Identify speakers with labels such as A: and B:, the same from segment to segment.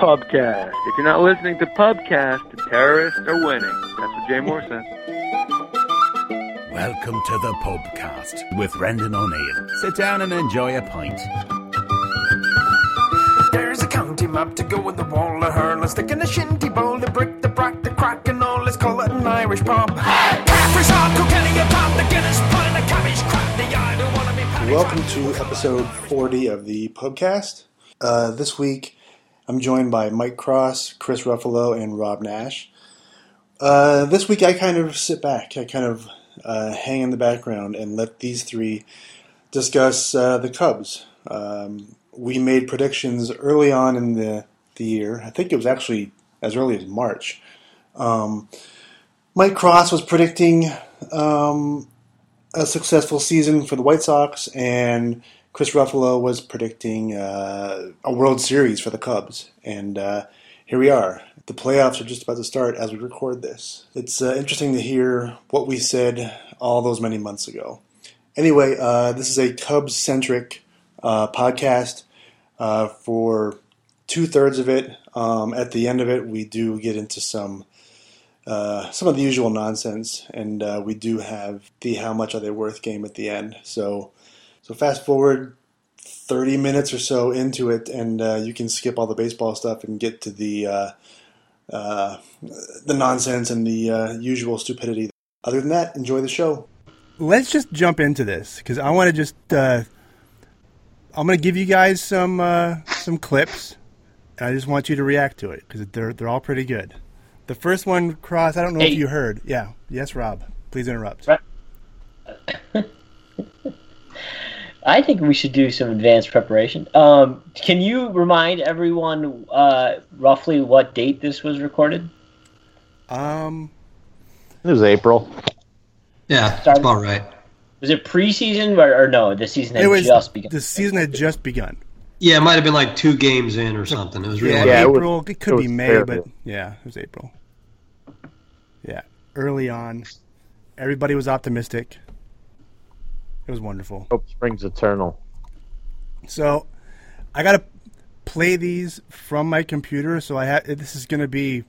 A: Pubcast. If you're not listening to Pubcast, the terrorists are winning. That's what Jay Moore said.
B: Welcome to the Pubcast with Brendan O'Neill. Sit down and enjoy a pint.
C: There's a county map to go in the wall of hurl, a stick in a shinty bowl, the brick, the brack, the crack, and all. Let's call it an Irish pub. Caffrey's hard, Kilkenny, a pub, the Guinness, put in a cabbage, crack, the I don't wanna be panicked.
D: Welcome to episode 40 of the Pubcast. Uh, this week, I'm joined by Mike Cross, Chris Ruffalo, and Rob Nash. Uh, this week, I kind of sit back, I kind of uh, hang in the background and let these three discuss uh, the Cubs. Um, we made predictions early on in the, the year. I think it was actually as early as March. Um, Mike Cross was predicting um, a successful season for the White Sox, and Chris Ruffalo was predicting uh, a World Series for the Cubs. And uh, here we are. The playoffs are just about to start as we record this. It's uh, interesting to hear what we said all those many months ago. Anyway, uh, this is a Cubs centric uh, podcast uh, for two thirds of it. Um, at the end of it, we do get into some uh, some of the usual nonsense, and uh, we do have the how much are they worth game at the end. So, so fast forward thirty minutes or so into it, and uh, you can skip all the baseball stuff and get to the uh, uh, the nonsense and the uh, usual stupidity. Other than that, enjoy the show.
E: let's just jump into this because I want to just uh, I'm going to give you guys some uh, some clips, and I just want you to react to it because they're they're all pretty good. The first one, Cross. I don't know
F: Hey.
E: if you heard. Yeah. Yes, Rob. Please interrupt.
F: Right. I think we should do some advanced preparation. Um, can you remind everyone uh, roughly what date this was recorded?
E: Um.
G: It was April.
H: Yeah, that's
F: Sorry.
H: about right.
F: Was it preseason or, or no? The season had
E: It was
F: just begun.
E: the season had just begun.
H: Yeah, it might have been like two games in or something. It was really.
E: Yeah,
G: Yeah, it was-
E: April. It, could
G: it
E: be
G: was
E: May,
G: terrible.
E: but yeah, it was April. Yeah, early on, everybody was optimistic. It was wonderful.
G: Hope springs eternal.
E: So I gotta play these from my computer. So I ha- this is gonna be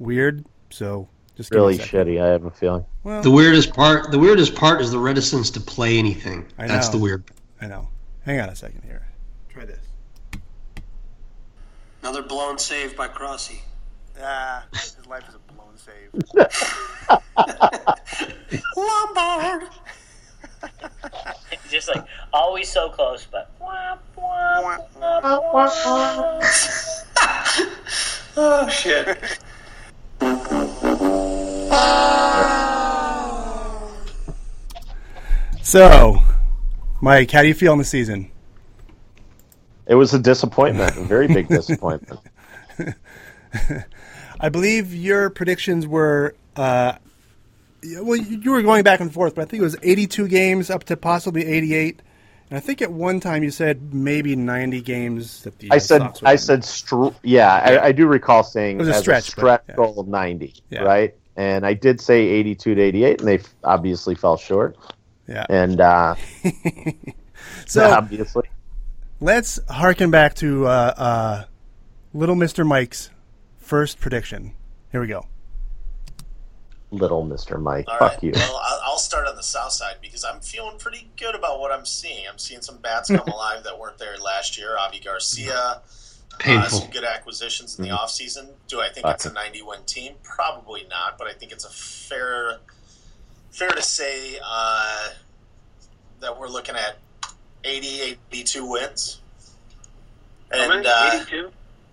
E: weird. So just give me a
G: Really
E: second.
G: shitty. I have a feeling.
H: The weirdest part. The weirdest part is the reticence to play anything.
E: I
H: That's
E: know.
H: the weird.
E: I know. Hang on a second here. Try this.
I: Another blown save by Crossy.
J: Ah, his life is a blown save.
I: Lombard!
F: Just like always so close, but
I: Oh, shit.
E: So, Mike, how do you feel in the season?
G: It was a disappointment. A very big disappointment.
E: I believe your predictions were. Uh, yeah, well, you you were going back and forth, but I think it was 82 games up to possibly 88. And I think at one time you said maybe 90 games that the
G: I
E: uh,
G: said.
E: Sox would
G: I
E: win.
G: said. Str- yeah, I, I do recall saying
E: It was a
G: as
E: stretch, but-
G: stretch
E: yeah.
G: goal of ninety.
E: Yeah.
G: Right. And I did say eighty-two to eighty-eight, and they f- obviously fell short.
E: Yeah.
G: And uh,
E: So
G: obviously,
E: Let's harken back to uh, uh, Little Mr. Mike's first prediction. Here we go.
G: little Mister Mike,
J: All
G: fuck
J: right,
G: you.
J: Well, I'll- I'll start on the south side because I'm feeling pretty good about what I'm seeing. I'm seeing some bats come alive that weren't there last year. Avi Garcia, uh,
H: Painful.
J: some good acquisitions in the
G: Mm-hmm.
J: offseason. Do I think it's a 90 win team? Probably not, but I think it's a fair fair to say uh, that we're looking at 80, 82 wins. And uh,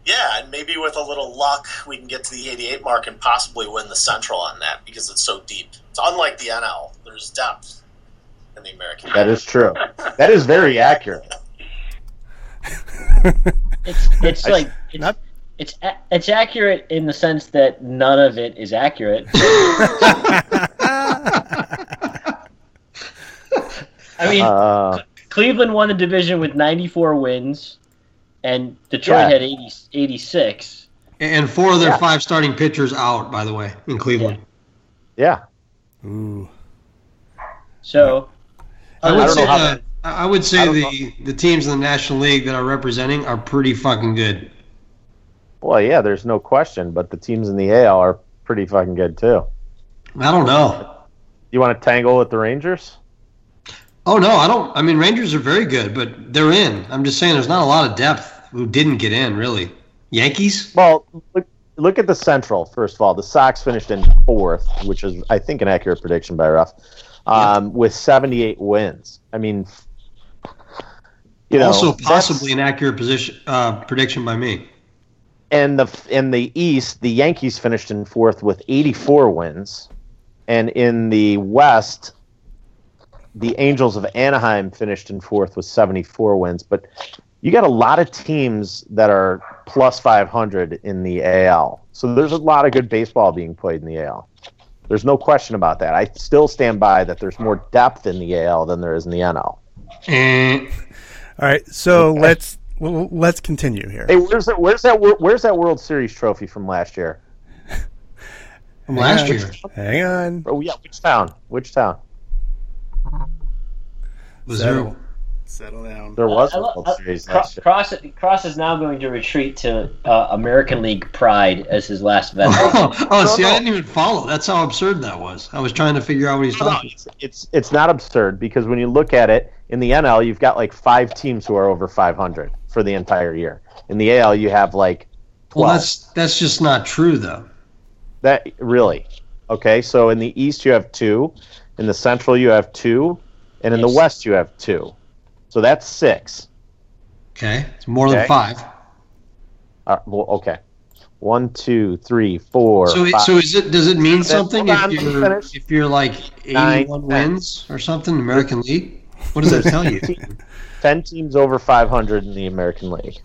J: yeah, and maybe with a little luck, we can get to the 88 mark and possibly win the Central on that because it's so deep. It's unlike the NL. There's depth in the American.
G: That is true. That is very accurate.
F: it's it's
G: I-
F: like it's,
E: not-
F: it's a- it's accurate in the sense that none of it is accurate. I mean,
G: Uh,
F: Cleveland won the division with 94 wins, and Detroit
G: Yeah.
F: had 80, 86.
H: And four of their five starting pitchers out, by the way, in Cleveland.
G: yeah.
E: Ooh.
F: So
H: I
G: I
H: would
G: don't
H: say
G: know how
H: the, I I would say
G: don't
H: the the teams in the National League that are representing are pretty fucking good.
G: Well, yeah, there's no question, but the teams in the AL are pretty fucking good too.
H: I don't know.
G: You want to tangle with the Rangers?
H: Oh no, I don't. I mean, Rangers are very good, but they're in. I'm just saying, there's not a lot of depth who didn't get in really. Yankees.
G: Well, look, look at the Central first of all. The Sox finished in fourth, which is I think an accurate prediction by Ruff, um, with 78 wins. I mean, you know,
H: also
G: that's-
H: possibly an accurate position uh, prediction by me.
G: and the in the East, the Yankees finished in fourth with 84 wins, and in the West, the Angels of Anaheim finished in fourth with 74 wins. But you got a lot of teams that are plus 500 in the AL, so there's a lot of good baseball being played in the AL. There's no question about that. I still stand by that. There's more depth in the AL than there is in the NL.
H: Eh.
E: All right, so let's well, let's continue here.
G: Hey, where's that? Where's that? wor- Where's that World Series trophy from last year?
H: From last
E: Yeah.
H: year
E: Hang on.
G: Oh yeah, which town? Which town?
H: was
E: So-
H: there.
D: Settle down.
G: There was
F: I
G: a
F: lo-
G: World
F: I-
G: Series
F: Cro-
G: last year.
F: Cross, Cross is now going to retreat to uh, American League Pride as his last vessel.
H: Oh, oh, see, I didn't even follow. That's how absurd that was. I was trying to figure out what he's
G: No, no,
H: talking.
G: it's, it's it's not absurd because when you look at it in the NL, you've got like five teams who are over 500 for the entire year. In the AL, you have like
H: Well,
G: 12.
H: that's that's just not true, though.
G: that really okay. So in the East, you have two. In the Central, you have two, and in the
F: Yes.
G: West, you have two. So that's six.
H: Okay, it's more
G: Okay.
H: than five.
G: Uh, well, okay, one, two, three, four,
H: So, it,
G: five.
H: so is it? Does it mean
G: That's-
H: something
G: hold
H: if
G: on, let me
H: you're
G: finish.
H: if you're like
G: Nine,
H: eighty-one
G: ten.
H: wins or something? American League. What does that tell you?
G: ten teams over 500 in the American League,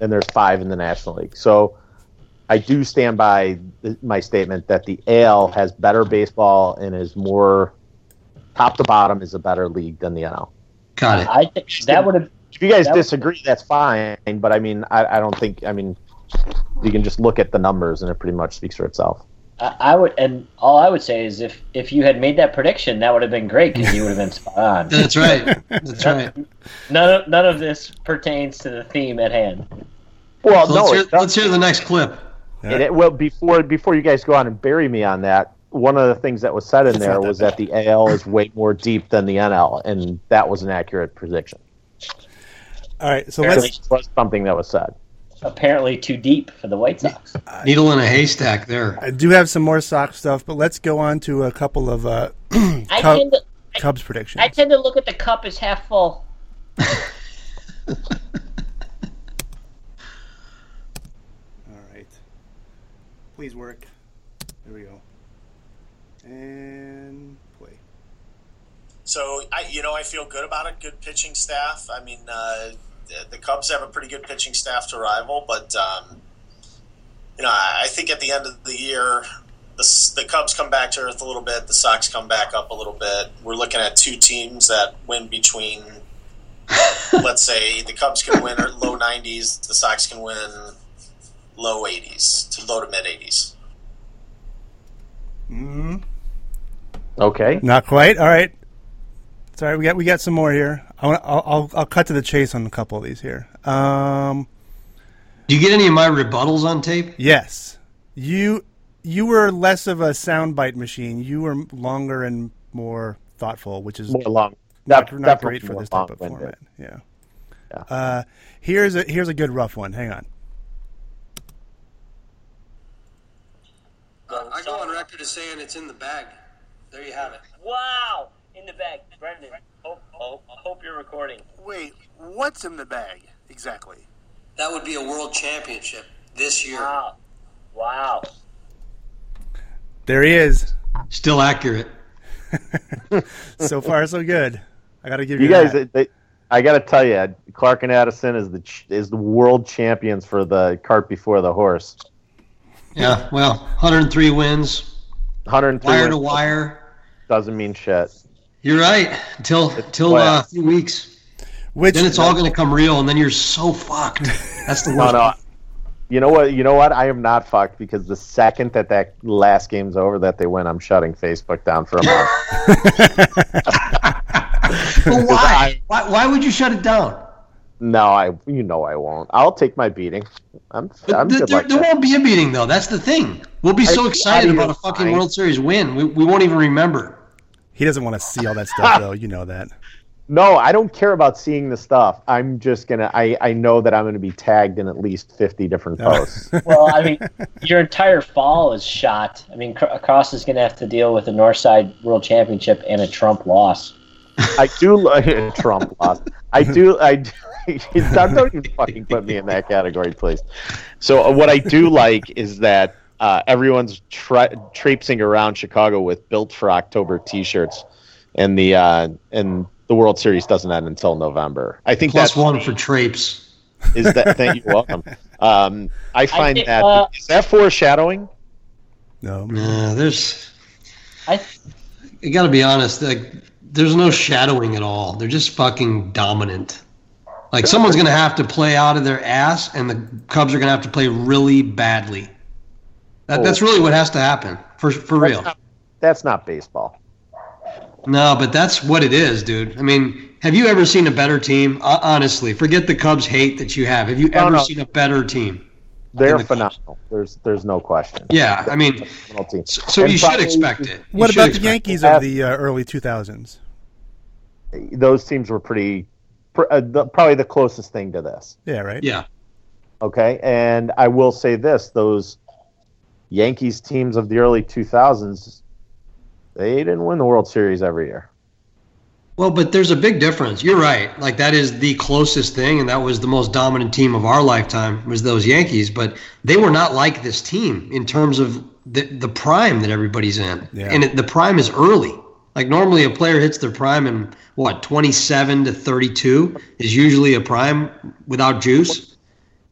G: and there's five in the National League. So I do stand by th- my statement that the AL has better baseball and is more top to bottom is a better league than the NL.
H: Got it.
F: I think that would have
G: If you guys
F: That-
G: disagree, that's fine. But I mean, I, I don't think I mean you can just look at the numbers and it pretty much speaks for itself.
F: I I would, and all I would say is if if you had made that prediction, that would have been great because you would have been spot on.
H: That's right. That's right.
F: None of, none of this pertains to the theme at hand.
G: Well,
H: So
G: no,
H: let's, hear,
G: it does-
H: let's hear the next clip.
G: And it, well, before before you guys go on and bury me on that, one of the things that was said in there was that the AL is way more deep than the NL, and that was an accurate prediction.
E: All right, so
G: It
E: let's
G: was something that was said.
F: Apparently, too deep for the White Sox.
H: Needle in a haystack. There.
E: I do have some more sock stuff, but let's go on to a couple of uh,
F: I
E: Cub-
F: tend to
E: Cubs predictions.
F: I tend to look at the cup as half full.
E: All right. Please work. There we go. And play.
J: So I, you know, I feel good about it. Good pitching staff. I mean, uh, the, the Cubs have a pretty good pitching staff to rival, but um, you know, I, I think at the end of the year, the, S- the Cubs come back to earth a little bit. The Sox come back up a little bit. We're looking at two teams that win between. let's say the Cubs can win at low nineties. The Sox can win low eighties to low to mid eighties.
G: Okay,
E: Not quite. All right. Sorry, we got we got some more here. I want I'll, I'll I'll cut to the chase on a couple of these here. Um,
H: Do you get any of my rebuttals on tape?
E: yes, you you were less of a soundbite machine. You were longer and more thoughtful, which is
G: more long.
E: not,
G: def-
E: not
G: definitely
E: great for
G: more
E: this type of
G: long-winded.
E: format. Yeah. Uh, here's a here's a good rough one. Hang on.
I: I go on record as saying it's in the bag. There you have it.
F: Wow, in the bag, Brendan. Hope, hope, hope you're recording.
K: Wait, what's in the bag exactly?
I: That would be a world championship this year.
F: Wow, wow.
E: There he is.
H: Still accurate.
E: So far, so good. I got to give you,
G: You guys,
E: that.
G: they, I got to tell you, Clark and Addison is the ch- is the world champions for the cart before the horse.
H: Yeah. Well, 103 wins,
G: 103
H: wire to
G: wins
H: wire.
G: doesn't mean shit.
H: You're right. Till till uh, a
G: class.
H: few weeks.
E: Which
H: Then it's all going to come real, and then you're so fucked. That's the
G: No,
H: worst.
G: no. You know what? You know what? I am not fucked because the second that that last game's over that they win, I'm shutting Facebook down for a month.
H: But why? why? Why would you shut it down?
G: No, I. You know I won't. I'll take my beating. I'm. I'm
H: Th-
G: good
H: there
G: like
H: there
G: that.
H: won't be a meeting though. That's the thing. We'll be
G: Are
H: so
G: you
H: excited
G: out of
H: about a
G: your
H: fucking
G: mind?
H: World Series win. We, we won't even remember.
E: He doesn't want to see all that stuff, though. You know that.
G: No, I don't care about seeing the stuff. I'm just gonna. I. I know that I'm gonna be tagged in at least fifty different posts.
F: well, I mean, your entire fall is shot. I mean, Cro- Cross is going to have to deal with a Northside World Championship and a Trump loss.
G: I do lo- Trump lost. I do. I do, don't even fucking put me in that category, please. So uh, what I do like is that uh, everyone's tra- traipsing around Chicago with built for October T-shirts, and the uh, and the World Series doesn't end until November. I think
H: Plus
G: that's
H: one for Trapes.
G: is that. Thank you, welcome. Um, I find
F: think,
G: that is
F: uh,
G: that foreshadowing.
E: No.
H: Nah, there's.
F: I
H: I gotta be honest. Like, there's no shadowing at all. They're just fucking dominant. Like someone's gonna have to play out of their ass, and the Cubs are gonna have to play really badly. That,
G: Oh.
H: That's really what has to happen for for real.
G: That's not baseball.
H: No, but that's what it is, dude. I mean, have you ever seen a better team? Uh, honestly, forget the Cubs hate that you have. Have you
G: No,
H: ever
G: no.
H: seen a better team?
G: They're
H: the Cubs.
G: phenomenal. There's there's no question.
H: Yeah, I mean,
G: Phenomenal team.
H: so
G: And
H: you should
G: probably-
H: expect it. You
E: What
H: should
E: about the
H: expect
E: Yankees
G: that.
E: of the uh, early 2000s?
G: those teams were pretty pr- uh, the, probably the closest thing to this
E: Yeah, right.
H: it. Yeah,
G: okay and i will say this those yankees teams of the early 2000s they didn't win the world series every year
H: Well, but there's a big difference. You're right. Like that is the closest thing, and that was the most dominant team of our lifetime was those Yankees. But they were not like this team in terms of the the prime that everybody's in,
E: Yeah.
H: and it, the prime is early. Like normally, a player hits their prime in what 27 to 32 is usually a prime without juice.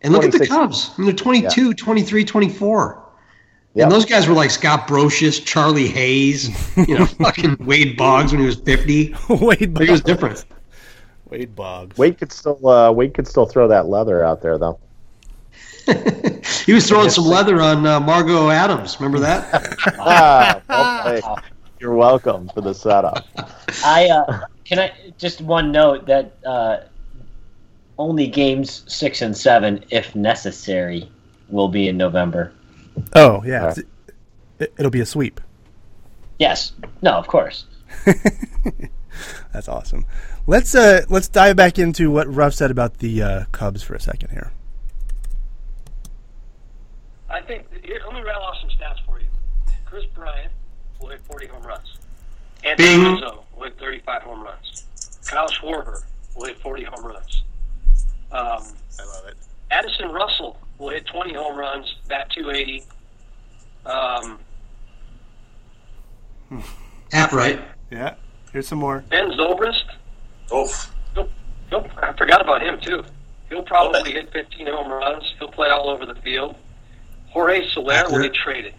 H: And look at the
G: 26.
H: Cubs. I mean, they're 22, 23, 24.
G: Yep.
H: And those guys were like Scott Brocious, Charlie Hayes, you know, fucking Wade Boggs when he was 50.
E: Wade
H: Like, it was
E: Boggs.
H: different.
E: Wade Boggs.
G: wade could still uh, wade could still throw that leather out there though
H: He was throwing some leather on uh, Margot Adams. Remember that?
G: ah, well played. you're welcome for the setup
F: I uh, can I just one note that uh, only games six and seven, if necessary, will be in November.
E: Oh yeah, it's- it, it'll be a sweep.
F: Yes. No, of course.
E: That's awesome. Let's uh let's dive back into what Ruff said about the uh, Cubs for a second here.
I: I think here, let me rattle off some stats for you. Chris Bryant will hit 40 home runs. Anthony
H: Bing.
I: Rizzo will hit 35 home runs. Kyle Schwarber will hit 40 home runs. Um,
J: I love it.
I: Addison Russell will hit 20 home runs, bat 280. Um,
H: At right.
E: Yeah, here's some more.
I: ben Zobrist,
J: Oof.
I: he'll, he'll, I forgot about him too. He'll probably hit 15 home runs. He'll play all over the field. Jorge Soler will get traded.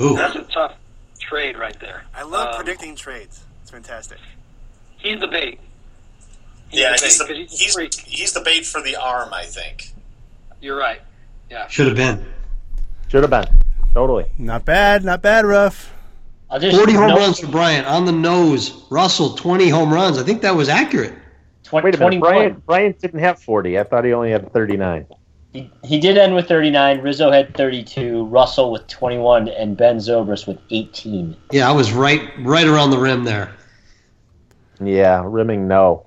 H: Ooh.
I: That's a tough trade right there.
K: I love
I: Um,
K: predicting trades. It's fantastic.
I: He's the bait.
J: Yeah,
I: the
J: he's the,
I: bait, 'cause he's a
J: he's,
I: freak.
J: he's the bait for the arm, I think.
I: You're right.
H: Should have been.
G: should have been totally
E: Not bad, not bad, Ruff.
F: I'll just
H: 40 home
F: note
H: runs for Bryant on the nose. Russell, 20 home runs. I think that was accurate.
F: twen-
G: wait a
F: 21.
G: minute Bryant, Bryant didn't have 40 i thought he only had 39
F: He, he did end with 39. Rizzo had 32. Russell with 21, and Ben Zobrist with 18.
H: Yeah, I was right right around the rim there.
G: yeah rimming no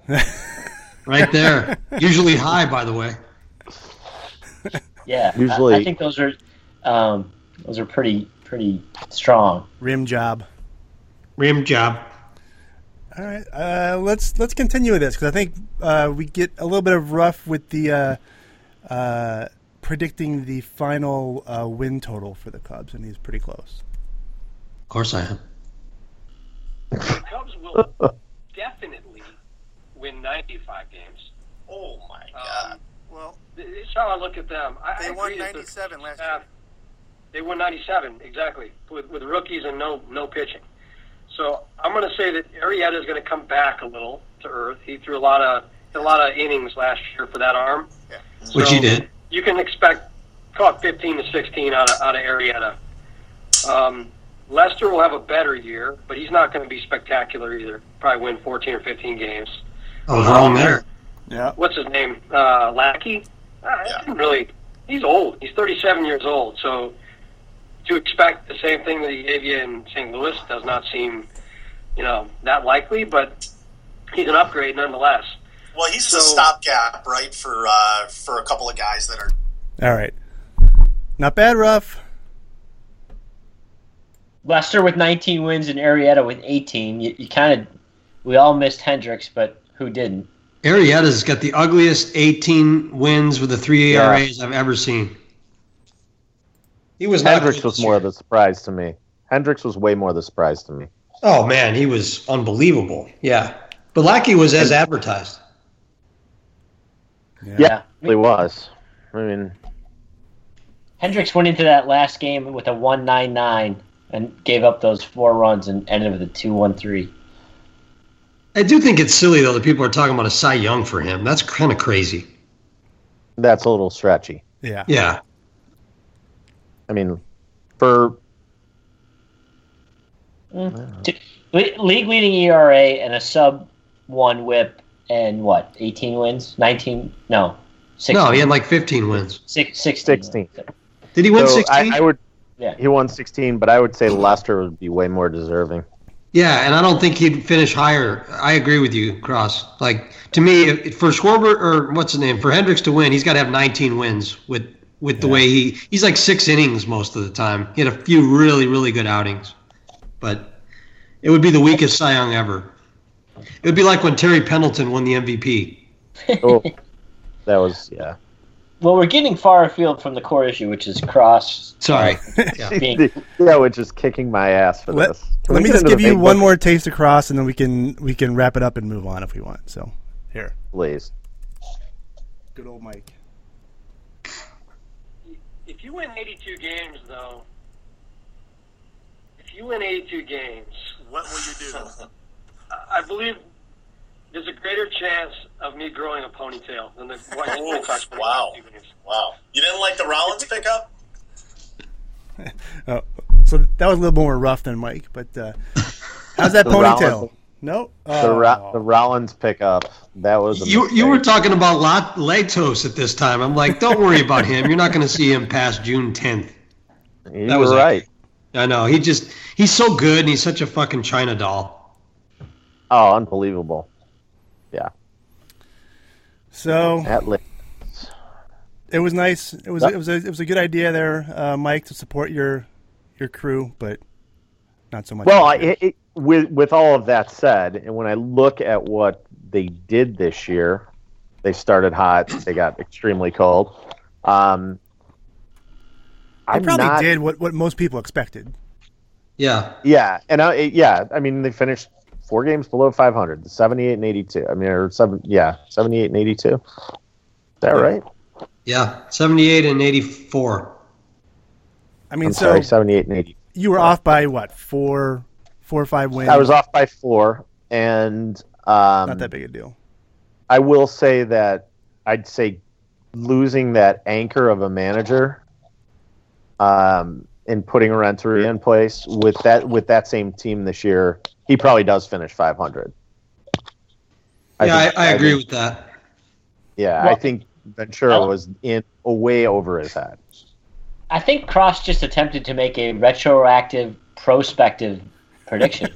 H: Right there. Usually high, by the way.
F: Yeah, I-
G: Usually-
F: I, think those are um, those are pretty pretty strong.
E: Rim job.
H: Rim job.
E: All right, uh, let's let's continue with this because I think uh, we get a little bit of Ruff with the uh, uh, predicting the final uh, win total for the Cubs, and he's pretty close.
H: Of course I am.
I: Cubs will definitely win 95 games.
J: Oh my god.
I: Um,
K: Well,
I: th- this is how I look at them. I, I
K: they won
I: agree that the
K: 97 last
I: staff-
K: year.
I: They won 97, exactly, with, with rookies and no, no pitching. So I'm going to say that Arietta is going to come back a little to earth. He threw a lot of a lot of innings last year for that arm.
H: Which he did.
I: you can expect call it 15 to 16 out of, out of Arietta. Um, Lester will have a better year, but he's not going to be spectacular either. Probably win 14 or 15 games. Um,
H: I was Oh, wrong there.
E: Yeah.
I: what's his name, uh, Lackey. Uh, didn't Really, he's old. He's 37 years old. So to expect the same thing that he gave you in St. Louis does not seem, you know, that likely. But he's an upgrade nonetheless.
J: Well, he's a stopgap, right, for uh, for a couple of guys that are
E: All right. Not bad, rough.
F: Lester with 19 wins and Arietta with 18. You, you kind of, we all missed Hendricks, but who didn't?
H: Arietta's got the ugliest 18 wins with the three ERAs I've ever seen. He was not
G: Hendricks was more of the surprise to me. Hendricks was way more the surprise to me.
H: Oh man, he was unbelievable. Yeah, but Lackey was as advertised.
G: Yeah, he was. I mean,
F: Hendricks went into that last game with a 199 and gave up those four runs and ended with a 213.
H: I do think it's silly though that people are talking about a Cy Young for him. That's kind of crazy.
G: that's a little stretchy.
E: Yeah.
H: Yeah,
G: I mean, for
F: Mm. League leading ERA and a sub one whip and what? 18 wins? 19? No. 16.
H: no, he had like 15 wins.
F: Six, 16.
G: 16.
H: Did he win
G: So
H: 16?
G: I, I would.
F: Yeah.
G: He won 16, but I would say Lester would be way more deserving.
H: Yeah, and I don't think he'd finish higher. I agree with you, Cross. Like to me, if- for Schwarber or what's his name for Hendricks to win, he's got to have 19 wins with with the way he he's like six innings most of the time. He had a few really really good outings, but it would be the weakest Cy Young ever. It would be like when Terry Pendleton won the MVP.
G: Oh, that was yeah.
F: Well, we're getting far afield from the core issue, which is cross
H: Sorry, Yeah.
F: being.
G: yeah, which is kicking my ass for
E: Let-
G: this. Can
E: Let
G: we
E: me
G: get
E: just
G: into the
E: give you
G: big
E: one
G: book,
E: more taste across, and then we can we can wrap it up and move on if we want. So here,
G: please.
E: good old Mike.
I: If you win 82 games, though, if you win 82 games,
K: What will you do?
I: I believe there's a greater chance of me growing a ponytail than the one
J: Oof, wow. wow. You didn't like the Rollins pickup?
E: Oh, so that was a little more rough than Mike, but uh, how's that
G: The
E: ponytail?
G: Rollins-
E: No,
G: The,
E: oh,
G: Ro- the Rollins pickup that was a
H: You you were
G: mistake.
H: talking about Lat- Latos at this time. I'm like, don't worry about him. You're not going to see him past June 10th.
G: You
H: that
G: were
H: was a-
G: right.
H: I know he just he's so good and he's such a fucking China doll.
G: Oh, unbelievable. Yeah,
E: so
G: at least.
E: it was nice. It was it was a, it was a good idea there, uh, Mike, to support your your crew, but not so much.
G: Well, I, it, it, with with all of that said, and when I look at what they did this year, they started hot. They got extremely cold. Um,
E: They
G: I'm
E: probably
G: not-
E: did what what most people expected.
H: Yeah,
G: Yeah, and I, it- yeah, I mean they finished four games below 500, 78 and 82. I mean, or seven, yeah, 78 and 82. Is that right?
H: yeah, seventy-eight and eighty-four.
E: I mean,
G: I'm
E: so
G: sorry, 78 and 80.
E: you were off by what four four or five wins?
G: I was off by four, and um,
E: Not that big a deal.
G: I will say that I'd say losing that anchor of a manager um, and putting Renteria in place with that with that same team this year, he probably does finish 500.
H: yeah,
G: think-
H: I, I agree
G: think-
H: with that.
G: yeah, I
F: Well-
G: think Ventura was in way over his head.
F: I think Cross just attempted to make a retroactive, prospective prediction.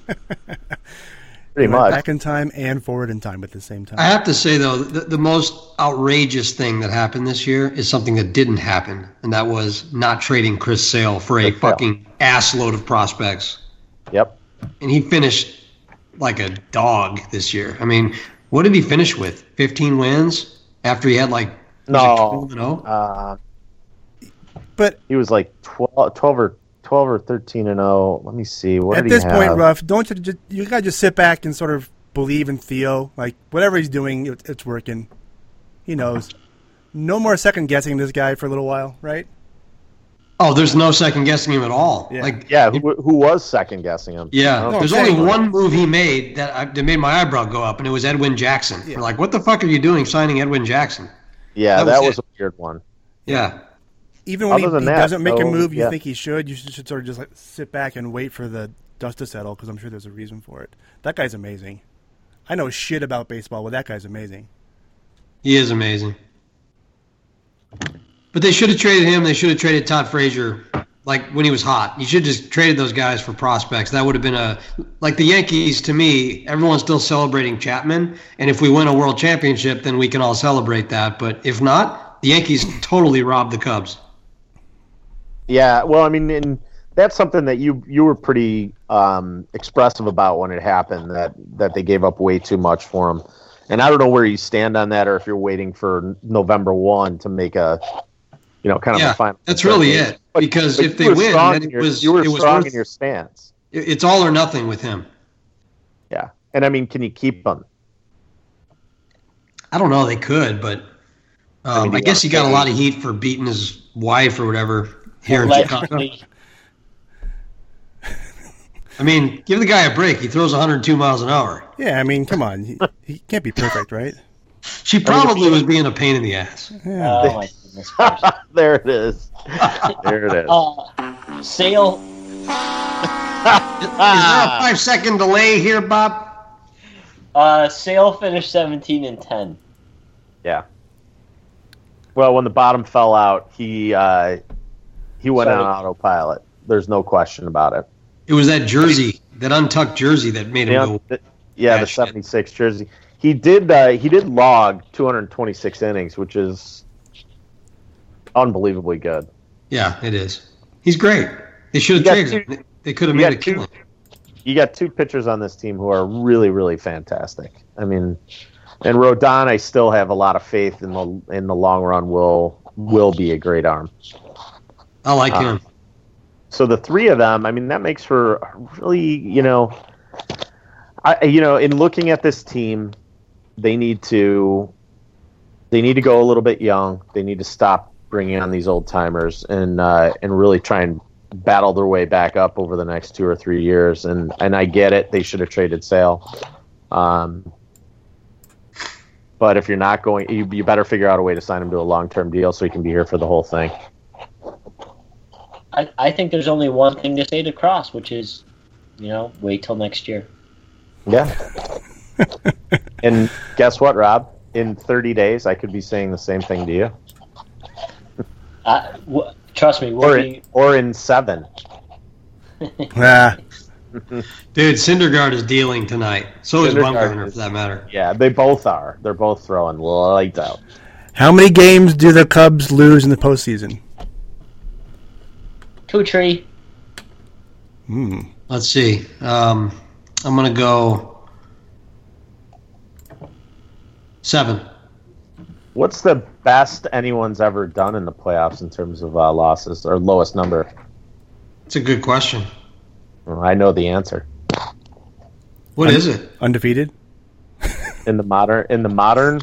G: Pretty
E: Went
G: much.
E: back in time and forward in time at the same time.
H: I have to say though, the, the most outrageous thing that happened this year is something that didn't happen, and that was not trading Chris Sale for a
G: Sale.
H: fucking ass load of prospects,
G: Yep.
H: and he finished like a dog this year. I mean, what did he finish with? Fifteen wins after he had like oh?
G: No.
H: no.
G: Uh,
E: But-
G: he was like 12, 12 or 12 or 13 and 0. Let me see. What
E: At
G: did he
E: this point,
G: have?
E: Ruff, don't you just, you gotta just sit back and sort of believe in Theo. Like whatever he's doing, it, it's working. He knows. No more second guessing this guy for a little while, right?
H: Oh, there's no second guessing him at all.
E: Yeah.
H: Like
G: Yeah, who, who was second guessing him?
H: Yeah,
E: No,
H: there's
E: I'm saying-
H: only one move he made that, I, that made my eyebrow go up, and it was Edwin Jackson. We're like, what the fuck are you doing signing Edwin Jackson?
G: Yeah,
H: That
G: that
H: was
G: was, a weird one.
H: Yeah,
E: Even when he,
G: Other than
E: he
G: that,
E: doesn't make a
G: though,
E: move you
G: yeah.
E: think he should, you should, should sort of just like sit back and wait for the dust to settle because I'm sure there's a reason for it. That guy's amazing. I know shit about baseball, but that guy's amazing.
H: He is amazing. But they should have traded him. They should have traded Todd Frazier, like when he was hot. You should have just traded those guys for prospects. That would have been a like the Yankees. To me, everyone's still celebrating Chapman, and if we win a world championship, then we can all celebrate that. But if not, the Yankees totally robbed the Cubs.
G: Yeah, well, I mean, and that's something that you you were pretty um, expressive about when it happened that that they gave up way too much for him. And I don't know where you stand on that, or if you're waiting for November one to make a, you know, kind of
H: Yeah,
G: a final.
H: that's really it. Because
G: but
H: if
G: you
H: they
G: were
H: win,
G: strong
H: then
G: in
H: it
G: your-
H: was-
G: you were
H: it was
G: strong
H: worth-
G: in your stance.
H: It- It's all or nothing with him.
G: Yeah, and I mean, can you keep him?
H: I don't know. They could, but um, I,
G: mean, you
H: guess he
G: gotta
H: got a lot
G: pay.
H: of heat for beating his wife or whatever here in Chicago.
F: Allegedly.
H: I mean, give the guy a break. He throws 102 miles an hour.
E: Yeah, I mean, come on, he, he can't be perfect, right?
H: She probably was being a pain in the ass.
E: Yeah.
F: Oh my goodness. Christ.
G: there it is. there it is.
F: Uh, Sale.
H: Is there
G: Ah.
H: a five second delay here, Bob?
F: Uh, Sale finished 17 and 10.
G: Yeah. Well, when the bottom fell out, he uh, he went
F: Sorry.
G: on autopilot. There's no question about it.
H: It was that jersey, that untucked jersey, that made him
G: Yeah,
H: go.
G: the, yeah, the
H: that shit.
G: '76 jersey. He did. Uh, he did log 226 innings, which is unbelievably good.
H: Yeah, it is. He's great. They should
G: got
H: have traded
G: two-
H: him. They could have
G: you
H: made a
G: got two-
H: killing.
G: You got two pitchers on this team who are really, really fantastic. I mean, and Rodon, I still have a lot of faith in the in the long run will will be a great arm.
H: I like
G: Uh,
H: him.
G: so the three of them i mean that makes for a really you know i you know in looking at this team they need to they need to go a little bit young they need to stop bringing on these old timers and uh, and really try and battle their way back up over the next two or three years and and i get it they should have traded sale um but if you're not going you, you better figure out a way to sign him to a long-term deal so he can be here for the whole thing
F: I, I think there's only one thing to say to Cross, which is, you know, wait till next year.
G: Yeah. and guess what, Rob? In 30 days, I could be saying the same thing to you,
F: I, w- trust me, we'll
G: or
F: be,
G: in, or in seven.
E: Ah,
H: Dude, Syndergaard is dealing tonight. So is
G: Syndergaard
H: Bumgarner,
G: is-
H: for that matter.
G: Yeah, they both are. They're both throwing lights out.
E: how many games do the Cubs lose in the postseason?
F: Kutri.
E: Hmm.
H: Let's see. Um, I'm going to go seven.
G: What's the best anyone's ever done in the playoffs in terms of uh, losses or lowest number?
H: It's a good question.
G: Well, I know the answer
H: What is it?
E: Undefeated.
G: in the modern in the modern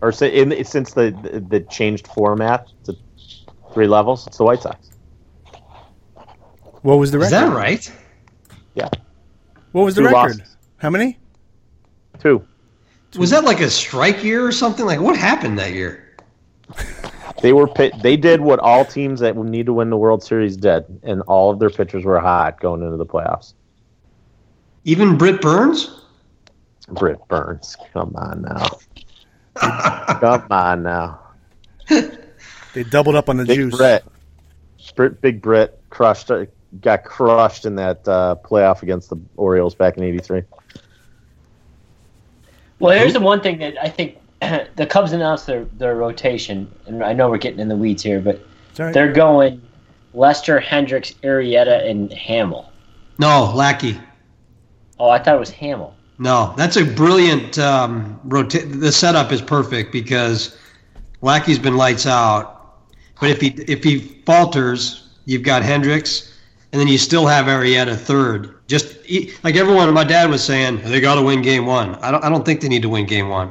G: or si- in, since the, the the changed format to three levels. It's the White Sox.
E: What was the
H: Is
E: record?
H: that right?
G: Yeah,
E: What was the
G: Two
E: record?
G: losses.
E: How many?
G: two.
H: Was that like a strike year or something? Like what happened that year?
G: They were pit- they did what all teams that would need to win the World Series did, and all of their pitchers were hot going into the playoffs.
H: Even Britt Burns?
G: Britt Burns, come on now, come on now,
E: They doubled up on the
G: Big
E: juice.
G: Britt, Brit, Big Britt crushed, uh, got crushed in that uh, playoff against the Orioles back in '83.
F: Well,
H: Mhm.
F: here's the one thing that I think the Cubs announced their, their rotation, and I know we're getting in the weeds here, but
E: Sorry.
F: they're going Lester, Hendricks, Arietta, and Hamill.
H: No, Lackey.
F: Oh, I thought it was Hamill.
H: No, that's a brilliant um, rota- The setup is perfect because Lackey's been lights out, but if he if he falters, you've got Hendricks, and then you still have Arietta third. Just e- like everyone, my dad was saying, they got to win game one. I don't I don't think they need to win game one.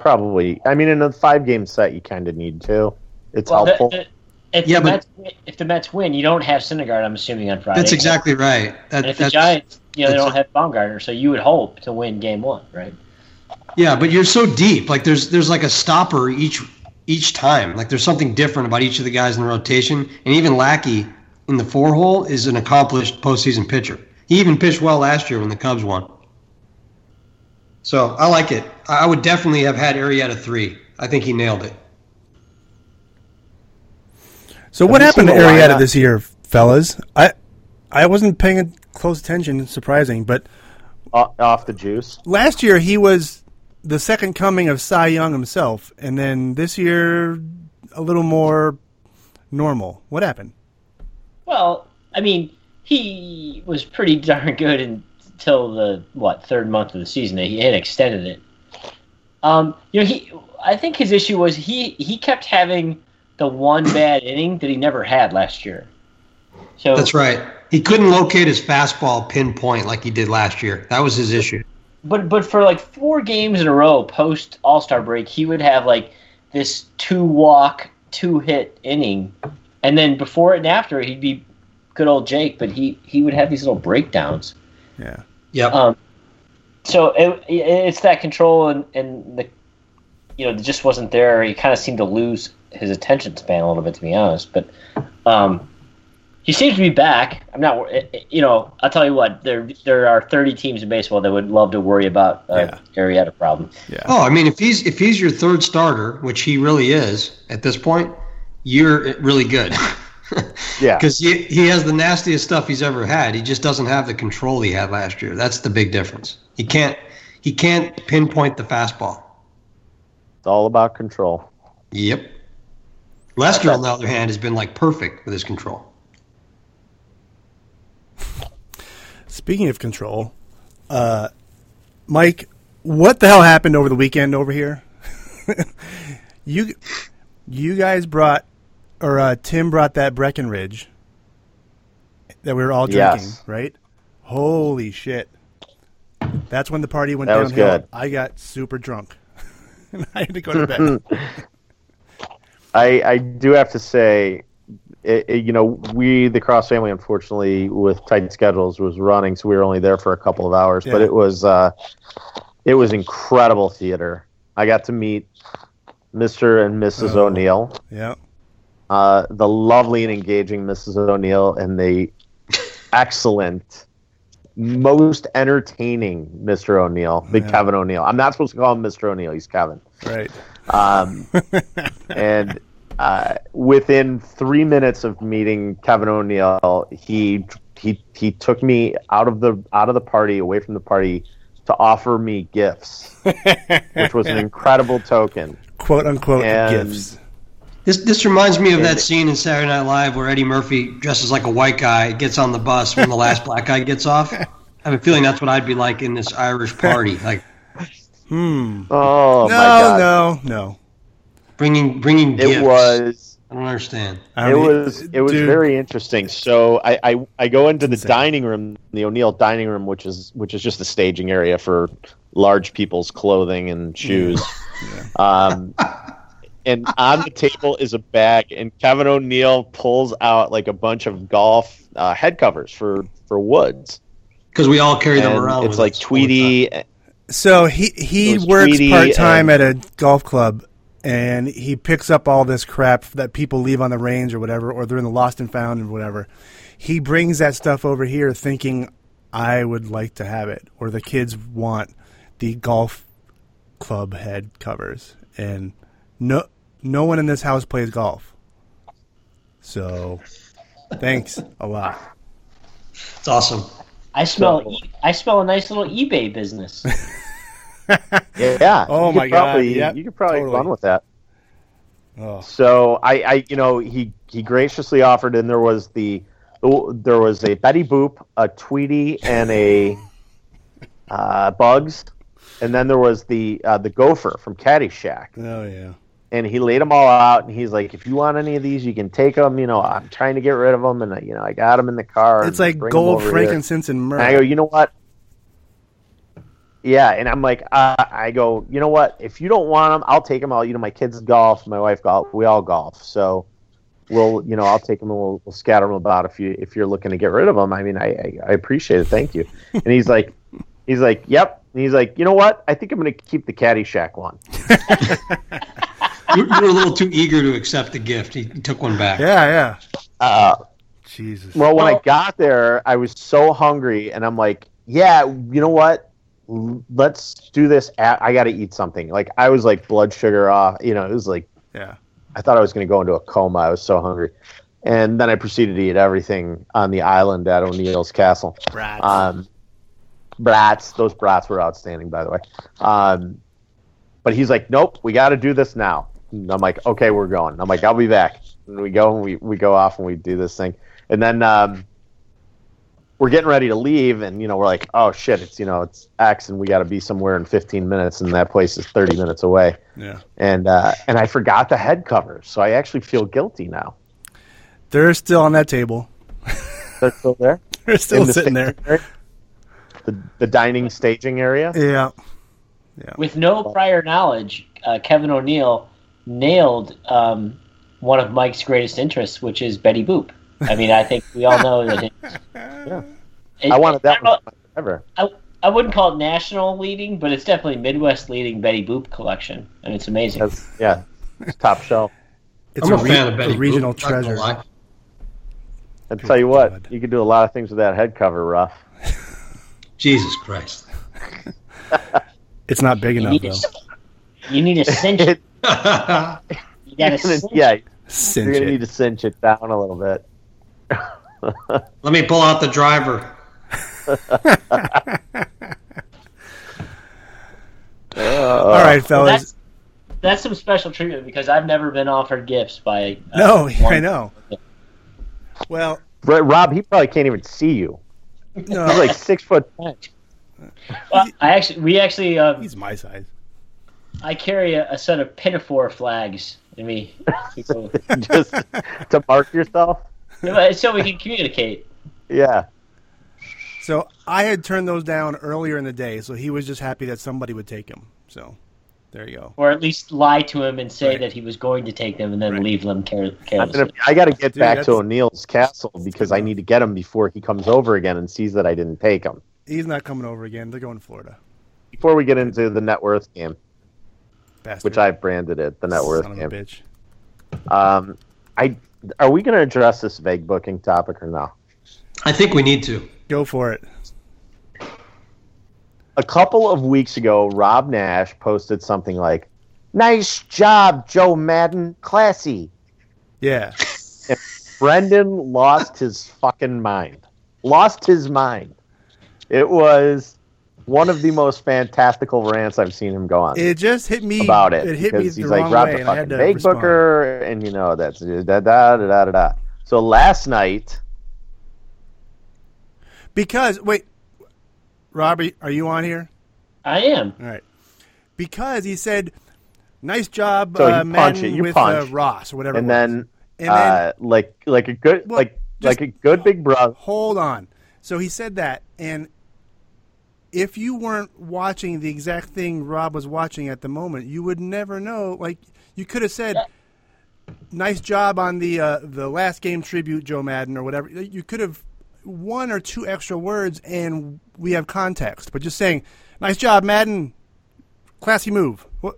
G: Probably, I mean, in a five-game set, you kind of need to. It's
F: Well, the-
G: helpful.
F: the- if,
H: Yeah,
F: the
H: but-
F: Mets, win- if the Mets win, you don't have Syndergaard, I'm assuming, on Friday.
H: That's exactly right. That,
F: And if the
H: that's,
F: Giants, you know, they don't
H: that's-
F: have Baumgartner, so you would hope to win game one, right?
H: Yeah, but you're so deep. Like there's there's like a stopper each each time. Like there's something different about each of the guys in the rotation, and even Lackey in the four hole is an accomplished postseason pitcher. He even pitched well last year when the Cubs won. So I like it. I I would definitely have had Arietta three. I think he nailed it.
E: So what
H: you
E: happened to
H: seen the
E: Arietta
H: lineup?
E: this year, fellas? I I wasn't paying close attention. Surprising, but
G: off the juice.
E: Last year he was the second coming of Cy Young himself, and then this year a little more normal. What happened?
F: Well, I mean, he was pretty darn good until the what third month of the season. He had extended it. Um, you know, he. I think his issue was he he kept having the one bad inning that he never had last year. So
H: That's right. He couldn't locate his fastball pinpoint like he did last year. That was his issue.
F: But but for like four games in a row post All Star break, he would have like this two walk, two hit inning, and then before it and after, he'd be good old Jake. But he he would have these little breakdowns.
E: Yeah.
H: Yep.
F: Um, so it, it- it's that control and and the you know it just wasn't there. He kind of seemed to lose his attention span a little bit, to be honest. But um, he seems to be back. I'm not, wor- eh, eh, you know, I'll tell you what. There, there are 30 teams in baseball that would love to worry about uh, Arrieta problem.
E: Yeah.
H: Oh, I mean, if he's if he's your third starter, which he really is at this point, you're really good.
G: Yeah.
H: because he, he has the nastiest stuff he's ever had. He just doesn't have the control he had last year. That's the big difference. He can't he can't pinpoint the fastball.
G: It's all about control.
H: Yep. Lester, on the other hand, has been like perfect with his control.
E: Speaking of control, uh, Mike, what the hell happened over the weekend over here? you, you guys brought, or uh, Tim brought that Breckenridge that we were all
G: Yes.
E: drinking, right? Holy shit! That's when the party went
G: That was
E: downhill.
G: good.
E: I got super drunk, and I had to go to bed.
G: I, I do have to say, it, it- you know, we the Cross family, unfortunately, with tight schedules, was running, so we were only there for a couple of hours. But
E: Yeah.
G: it was uh, it was incredible theater. I got to meet Mr. and Mrs.
E: Oh.
G: O'Neill,
E: yeah,
G: uh, the lovely and engaging Mrs. O'Neill, and the excellent, most entertaining Mr. O'Neill, the
E: Yeah.
G: Kevin O'Neill. I'm not supposed to call him Mr. O'Neill; he's Kevin.
E: right.
G: Um, and uh, within three minutes of meeting Kevin O'Neill, he he he took me out of the out of the party, away from the party, to offer me gifts, which was an incredible token.
E: Quote unquote
G: And-
E: gifts.
H: This this reminds me of that scene in Saturday Night Live where Eddie Murphy dresses like a white guy, gets on the bus when the last black guy gets off. I have a feeling that's what I'd be like in this Irish party, like
E: Hmm. no,
G: Oh my god!
E: no, no.
H: bringing bringing
G: It
H: gifts.
G: was
H: I don't understand.
E: I
G: it
E: mean,
G: was it was
E: Um, dude,
G: very interesting. So I, I, I go into the
E: Insane.
G: dining room, the O'Neill dining room, which is which is just the staging area for large people's clothing and shoes. Um, and on the table is a bag, and Kevin O'Neill pulls out like a bunch of golf uh, head covers for for Woods.
H: Because we all carry them
G: And
H: around.
G: it's
H: with
G: like
H: us all the
G: Tweety.
E: So he he
G: It was
E: works
G: Tweety
E: part time
G: and-
E: at a golf club, and he picks up all this crap that people leave on the range or whatever, or they're in the lost and found and whatever. He brings that stuff over here, thinking I would like to have it, or the kids want the golf club head covers, and no no one in this house plays golf. So, thanks a lot.
H: time. It's awesome.
F: I smell, e- I smell a nice little eBay business.
G: Yeah. yeah.
E: Oh
G: you
E: my
G: could
E: God,
G: probably-
E: yep,
G: you could probably
E: totally.
G: run with that.
E: Oh,
G: So I, I you know, he he graciously offered, and there was the there was a Betty Boop, a Tweety, and a uh, Bugs, and then there was the uh, the Gopher from Caddyshack,
E: oh yeah.
G: and he laid them all out, and he's like, if you want any of these, you can take them. You know, I'm trying to get rid of them, and I, you know, I got them in the car.
E: It's
G: and
E: like
G: bring 'em
E: gold,
G: over here."
E: frankincense, and myrrh.
G: And I go, you know what? Yeah, and I'm like, uh, I go, you know what? If you don't want them, I'll take them. I'll, you know, my kids golf, my wife golf, we all golf. So we'll, you know, I'll take them and we'll, we'll scatter them about if you if you're looking to get rid of them. I mean, I I, I appreciate it, thank you. And he's like, he's like, yep. And he's like, you know what? I think I'm going to keep the Caddyshack one.
H: You, you were a little too eager to accept the gift. He took one back.
E: yeah, yeah.
G: Uh,
E: Jesus.
G: Well, when I
F: Well-
G: got there, I was so hungry, and I'm like, yeah, you know what? let's do this. At, I got to eat something. Like I was like blood sugar off. You know, it was like
E: yeah.
G: I thought I was going to go into a coma. I was so hungry, and then I proceeded to eat everything on the island at O'Neill's castle.
E: Brats.
G: Um, brats. Those brats were outstanding, by the way. Um, but he's like, nope, we got to do this now. And I'm like, okay, we're going. I'm like, I'll be back. And we go and we, we go off and we do this thing. And then um, we're getting ready to leave. And, you know, we're like, oh, shit, it's, you know, it's X and we got to be somewhere in 15 minutes. And that place is 30 minutes away.
E: Yeah.
G: And, uh, and I forgot the head cover. So I actually feel guilty now.
E: They're still on that table.
G: They're still there?
E: They're still
G: In the
E: sitting there.
G: staging area? The, the dining staging area?
E: Yeah.
F: With no prior knowledge, uh, Kevin O'Neill nailed um, one of Mike's greatest interests, which is Betty Boop. I mean, I think we all know that. It,
G: I wanted that
F: I, don't
G: one forever.
F: know- I, I wouldn't call it national leading, but it's definitely Midwest leading Betty Boop collection, and it's amazing.
G: That's, yeah, it's top shelf.
E: It's
H: I'm a,
E: re-
H: fan of Betty.
E: a regional
H: Boop, not gonna
E: treasure.
H: lie.
G: I tell you what, you could do a lot of things with that head cover, Ruff.
H: Jesus Christ.
E: It's not big
F: you,
E: enough
F: need a,
E: though.
F: you need a cinch.
G: It-
F: you got a cinch.
G: yeah, you're
E: Cinch
G: gonna
E: it.
G: need to cinch it down a little bit.
H: Let me pull out the driver.
G: uh,
E: All right, fellas.
F: That's that's some special treatment because I've never been offered gifts by. uh,
E: No,
F: one-
E: I know. Well,
G: Ro- Rob, he probably can't even see you. He's
E: no,
G: like six foot ten.
F: Well, I actually, we actually, um,
E: he's my size.
F: I carry a, a set of pinafore flags in me, so,
G: Just to mark yourself.
F: so we can communicate.
G: Yeah,
E: So I had turned those down earlier in the day, so he was just happy that somebody would take him. So there you go.
F: or at least lie to him and say
E: Right.
F: that he was going to take them and then
E: Right.
F: leave them care-
G: I'm
F: carelessly.
G: gonna, I got to get
E: Dude,
G: back to
E: that's-
G: O'Neill's castle because I need to get him before he comes over again and sees that I didn't take him.
E: He's not coming over again. They're going to Florida.
G: Before we get into the net worth game,
E: Bastard.
G: which I branded it the net worth
E: Son of a
G: game.
E: bitch.
G: Um, I are we going to address this vague booking topic or no?
H: I think we need to.
E: Go for it.
G: A couple of weeks ago, Rob Nash posted something like, "Nice job, Joe Madden, classy."
E: Yeah.
G: Brendan lost his fucking mind. Lost his mind. It was one of the most fantastical rants I've seen him go on.
E: It just hit me
G: about it.
E: It hit me
G: because
E: the
G: he's
E: wrong
G: like Rob
E: way,
G: the
E: and I had
G: fucking
E: to
G: Big
E: respond.
G: Booker, and you know that's da da da da da. da. So last night,
E: Because wait, Robbie, are you on here?
F: I am.
E: All right. Because he said, "Nice job,
G: So you
E: uh,
G: punch
E: Madden
G: it, you
E: with
G: punch.
E: uh, Ross or whatever."
G: and
E: it was.
G: then,
E: And then-
G: uh, like like a good
E: Well,
G: like
E: just- oh,
G: like a good big brother.
E: hold on. So he said that, and if you weren't watching the exact thing Rob was watching at the moment, you would never know. Like you could have said, "Nice job on the uh, the last game tribute, Joe Madden," or whatever. You could have one or two extra words, and we have context. But just saying, "Nice job, Madden," classy move. What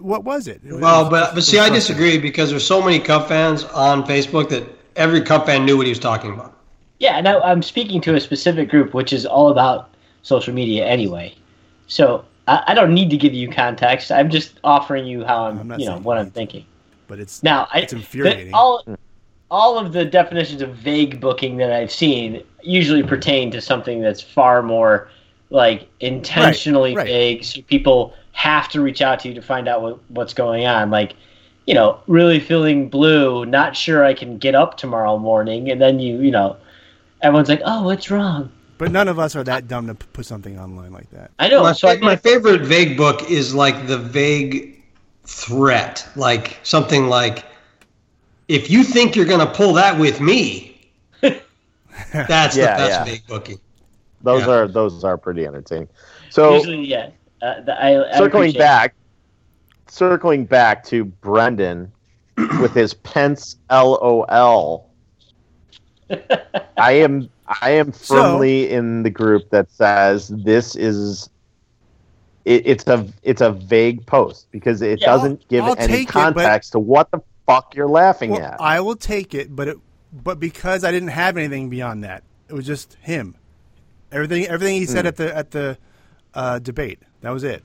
E: what was it? It was-
H: Well, but but see, I disagree because there's so many Cub fans on Facebook that every Cub fan knew what he was talking about.
F: Yeah, and I, I'm speaking to a specific group, which is all about social media anyway. So I, I don't need to give you context. I'm just offering you how I'm,
E: I'm not
F: you know,
E: saying
F: what
E: you
F: I'm
E: need to.
F: thinking.
E: but it's
F: Now, I,
E: It's infuriating.
F: the- all, all of the definitions of vague booking that I've seen usually pertain to something that's far more like intentionally
E: right.
F: vague, so people have to reach out to you to find out what, what's going on. Like, you know, really feeling blue, not sure I can get up tomorrow morning, and then you, you know, everyone's like, "Oh, what's wrong?"
E: But none of us are that dumb to p- put something online like that.
F: I know.
H: my,
F: so I
H: my favorite vague book is like the vague threat, like something like, if you think you're going to pull that with me, that's
G: Yeah,
H: the best
G: yeah.
H: vague booking.
G: Those
H: Yeah.
G: are those are pretty entertaining. So
F: usually, yeah. Uh, the, I, I
G: circling
F: appreciate-
G: back, circling back to Brendan with his Pence LOL. I am I am
E: So-
G: firmly in the group that says this is it, it's a it's a vague post because it
F: Yeah, I'll-
G: doesn't give
E: I'll
G: any
E: take it, but-
G: context to what the fuck you're laughing
E: Well, uh,
G: at.
E: I will take it, but it, but because I
G: Hmm.
E: didn't have anything beyond that, it was just him. Everything everything he said at the at the uh, debate. That was it.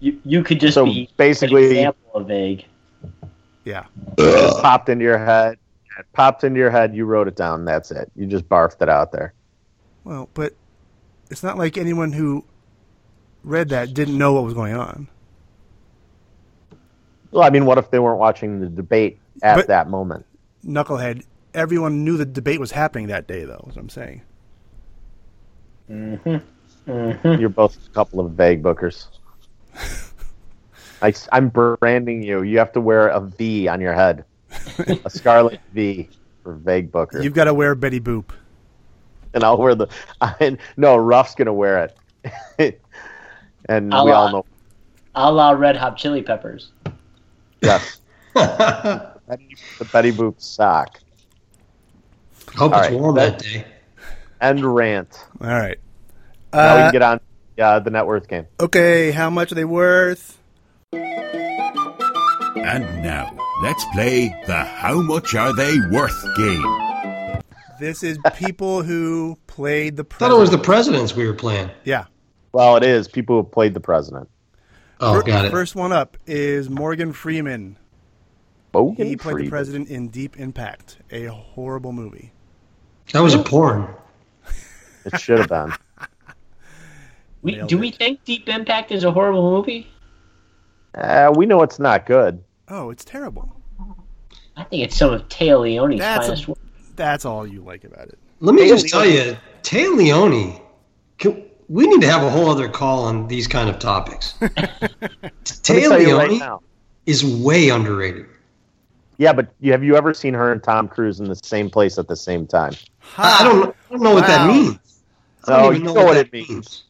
F: You, you could just
G: So
F: be
G: basically-
F: an example of vague.
E: Yeah.
G: just popped into your head. It popped into your head. You wrote it down. That's it. You just barfed it out there.
E: Well, but it's not like anyone who read that didn't know what was going on.
G: Well, I mean, what if they weren't watching the debate at
E: But-
G: that moment?
E: Knucklehead, everyone knew the debate was happening that day, though, is what I'm saying.
G: You're both a couple of vague bookers. I, am branding you. You have to wear a V on your head, a scarlet V for vague booker.
E: You've got to wear Betty Boop.
G: and I'll wear the. I, no, Ruff's gonna wear it, and
F: I'll,
G: we
F: uh,
G: all know.
F: A la Red Hot Chili Peppers.
G: Yes, Betty- the Betty Boop sock.
H: Hope
G: All
H: it's
G: right,
H: warm
G: that-
H: that day.
G: End rant.
E: All right.
G: now we
E: Uh,
G: can get on uh, the net worth game.
E: okay, how much are they worth?
B: And now, let's play the How Much Are They Worth game.
E: This is people who played the
H: Thought
E: president.
H: it was the presidents we were playing.
E: yeah.
G: Well, it is people who played the president.
H: Oh,
E: Fir-
H: got it.
E: First one up is Morgan Freeman.
G: Bogan
E: he played
G: Freeman.
E: the president in Deep Impact, a horrible movie.
H: That was a porn.
G: It should have been.
F: We,
E: Nailed
F: do we
E: it.
F: think Deep Impact is a horrible movie?
G: Uh, we know it's not good.
E: Oh, it's terrible.
F: I think it's some of Taya Leone's
E: That's a-
F: finest work.
E: That's all you like about it.
H: Let me just tell you, Tay Leone, can, we need to have a whole other call on these kind of topics.
G: Let me
H: Tay
G: tell you
H: Leone
G: right now.
H: is way underrated.
G: Yeah, but you, have you ever seen her and Tom Cruise in the same place at the same time?
H: I I don't, I don't know what that
E: Wow.
H: means. I
G: No,
H: don't even
G: you know what
H: that
G: it means.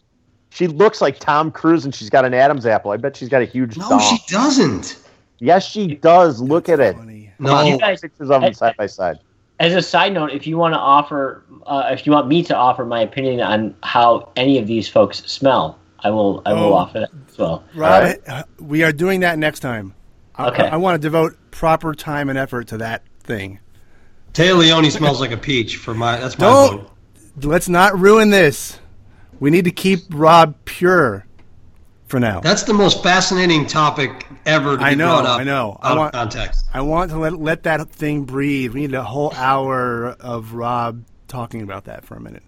G: She looks like Tom Cruise, and she's got an Adam's apple. I bet she's got a huge
H: No,
G: dong.
H: she doesn't.
G: Yes, she does. Look at it.
E: Funny.
H: No,
F: You guys-
G: Pictures of them side by side.
F: as a side note, if you want to offer, uh, if you want me to offer my opinion on how any of these folks smell, I will. I will
E: Oh.
F: offer that as well.
E: Rob,
G: right.
E: uh, we are doing that next time. I-
F: Okay.
E: I, want to devote proper time and effort to that thing.
H: Tay Leone smells like a peach for my. That's my
E: Don't-
H: vote.
E: Let's not ruin this. We need to keep Rob pure for now.
H: That's the most fascinating topic ever. To
E: I
H: be
E: know,
H: brought up
E: I know. I
H: Out
E: want-
H: of context.
E: I want to let let that thing breathe. We need a whole hour of Rob talking about that for a minute.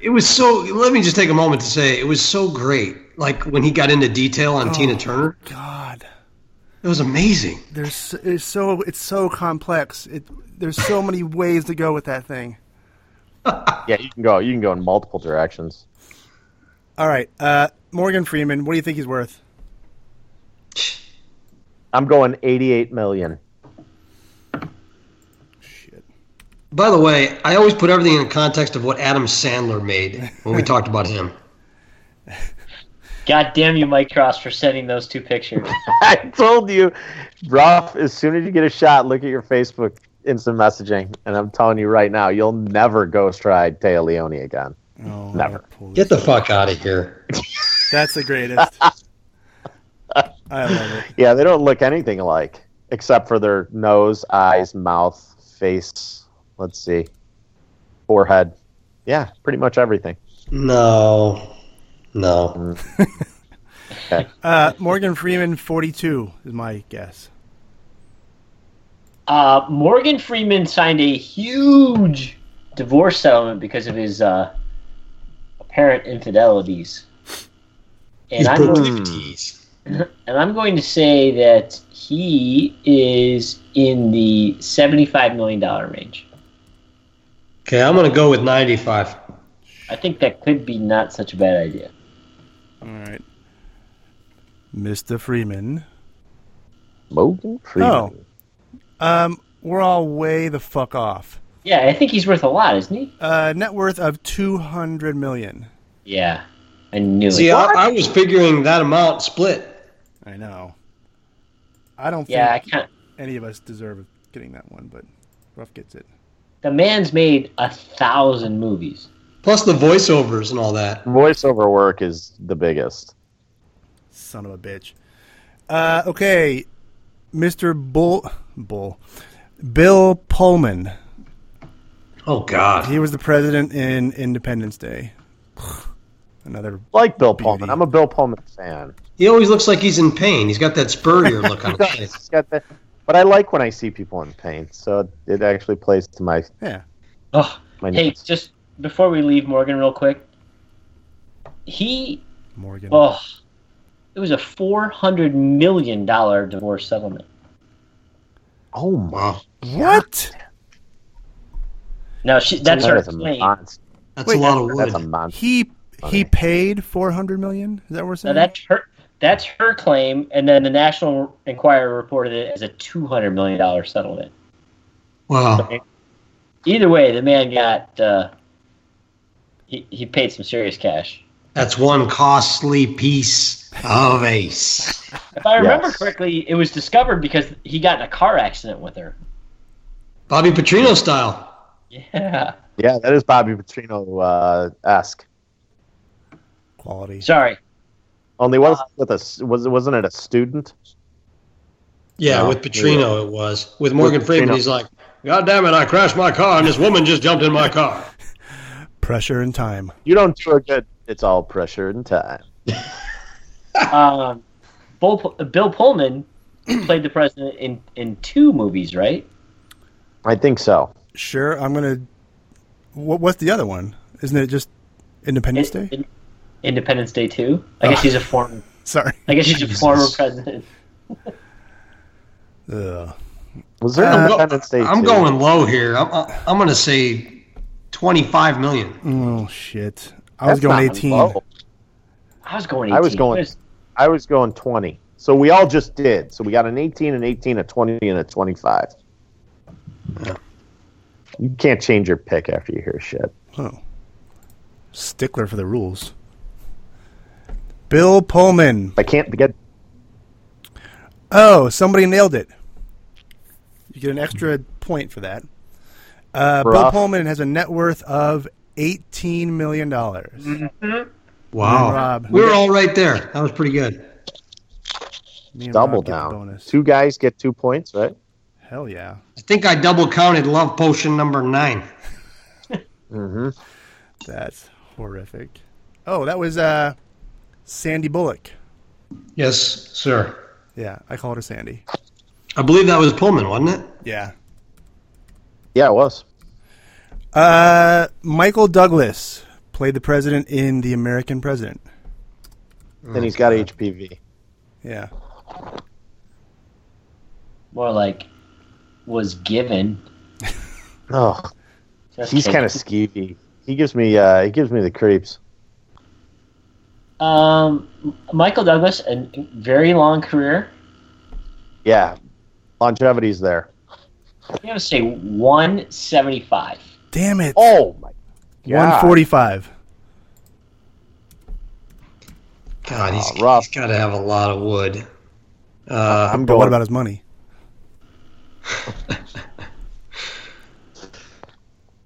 H: It was so. Let me just take a moment to say it was so great. Like when he got into detail
E: Oh.
H: on Tina Turner,
E: God,
H: it was amazing.
E: there's it's so it's so complex. It there's so many ways to go with that thing.
G: Yeah, you can go. You can go in multiple directions.
E: All right, uh, Morgan Freeman, what do you think he's worth?
G: I'm going 88 million.
E: Shit.
H: By the way, I always put everything in context of what Adam Sandler made when we talked about him.
F: God damn you, Mike Cross, for sending those two pictures.
G: I told you, Ruff. As soon as you get a shot, look at your Facebook instant messaging, and I'm telling you right now, you'll never ghost ride Taya Leone again.
E: Oh,
G: Never.
E: pull
H: Get the fuck out of here.
E: this- That's the greatest. I love it.
G: Yeah, they don't look anything alike except for their nose, eyes, mouth, face. Let's see, forehead. Yeah, pretty much everything.
H: No, no.
E: Uh, Morgan Freeman, forty-two is my guess.
F: Uh, Morgan Freeman signed a huge divorce settlement because of his uh, apparent infidelities. And I'm, going,
H: Proclivities.
F: and I'm going to say that he is in the $75 million range.
H: Okay, I'm gonna go with 95.
F: I think that could be not such a bad idea.
E: All right, Mr. Freeman.
G: Morgan Freeman.
E: Oh. Um, we're all way the fuck off.
F: Yeah, I think he's worth a lot, isn't he?
E: Uh, net worth of two hundred million.
F: Yeah, I knew
H: See,
F: it.
H: I, I was figuring that amount split.
E: I know. I don't
F: yeah, I
E: think
F: can't.
E: any of us deserve getting that one, but Ruff gets it.
F: The man's made a thousand movies.
H: Plus the voiceovers and all that.
G: Voiceover work is the biggest.
E: Son of a bitch. Uh, okay, Mr. Bull, Bull, Bill Pullman.
H: Oh God.
E: He was the president in Independence Day. Another
G: like Bill Pullman. I'm a Bill Pullman fan.
H: He always looks like he's in pain. He's got that spurrier look on his face.
G: It's got that- but I like when I see people in pain, so it actually plays to my
E: yeah.
F: Oh,
G: my
F: hey,
G: notes.
F: just before we leave Morgan, real quick. He,
E: Morgan.
F: oh, it was a four hundred million dollar divorce settlement.
G: Oh my!
H: Wow.
E: what?
F: Now she, that's her
G: that is a
F: claim.
G: monster.
H: That's
E: Wait,
H: a lot of wood.
G: That's a monster.
E: He he paid four hundred million. Is that what we're
F: Now
E: saying?
F: that's her. That's her claim, and then the National Enquirer reported it as a two hundred million dollar settlement.
H: wow.
F: Either way, the man got uh, he he paid some serious cash.
H: That's one costly piece of ace.
F: If I remember
G: Yes.
F: correctly, it was discovered because he got in a car accident with her.
H: Bobby Petrino style.
F: Yeah.
G: Yeah, that is Bobby Petrino uh, esque.
E: Quality.
F: Sorry.
G: Only was
F: Uh,
G: with a s- was wasn't it a student?
H: Yeah,
G: No,
H: with Petrino it was. With Morgan
G: With
H: Freeman,
G: Petrino.
H: he's like, God damn it, I crashed my car and this woman just jumped in my car.
E: Pressure and time.
G: You don't do a good. It's all pressure and time.
F: Um, Bull, Bill Pullman played the president in, in two movies, right?
G: I think so.
E: Sure, I'm gonna. What, what's the other one? Isn't it just Independence Day?
F: In- Independence Day two. I guess he's a former.
E: Sorry.
F: I guess he's a former president.
E: Ugh.
G: Was there an
E: Uh,
H: I'm, go-
G: Independence Day?
H: I'm
G: too?
H: going low here. I'm, uh, I'm going to say 25 million.
E: Oh shit! I
G: That's
E: was going
G: not
E: 18.
G: low.
F: I was going. 18.
G: I was going-
F: There's-
G: I was going twenty. So we all just did. So we got an eighteen, an eighteen, a twenty, and a twenty-five. You can't change your pick after you hear shit.
E: Oh. Stickler for the rules. Bill Pullman.
G: I can't get.
E: Oh, somebody nailed it. You get an extra point for that. Uh, Bill
G: Rough.
E: Pullman has a net worth of eighteen million dollars.
G: Mm-hmm.
E: Rob.
H: We were all right there. That was pretty good.
E: Me and
G: Double
E: Rob get the
G: down.
E: bonus.
G: Two guys get two points, right?
E: Hell yeah!
H: I think I double counted love potion number nine.
E: That's horrific. Oh, that was uh, Sandy Bullock.
H: Yes, sir.
E: Yeah, I called her Sandy.
H: I believe that was Pullman, wasn't it?
E: Yeah.
G: Yeah, it was.
E: Uh, Michael Douglas played the president in The American President.
G: Then he's got HPV.
E: Yeah.
F: more like was given.
G: Oh,
F: Just
G: he's
F: kidding.
G: kind of skeevy. He gives me uh, he gives me the creeps.
F: Um, Michael Douglas, a very long career.
G: Yeah, longevity's there.
F: I'm gonna say 175.
E: Damn it.
G: Oh my god,
E: 145.
H: God, he's,
G: Ah, rough.
H: he's got to have a lot of wood. Uh,
G: I'm
E: But
G: going.
E: what about his money?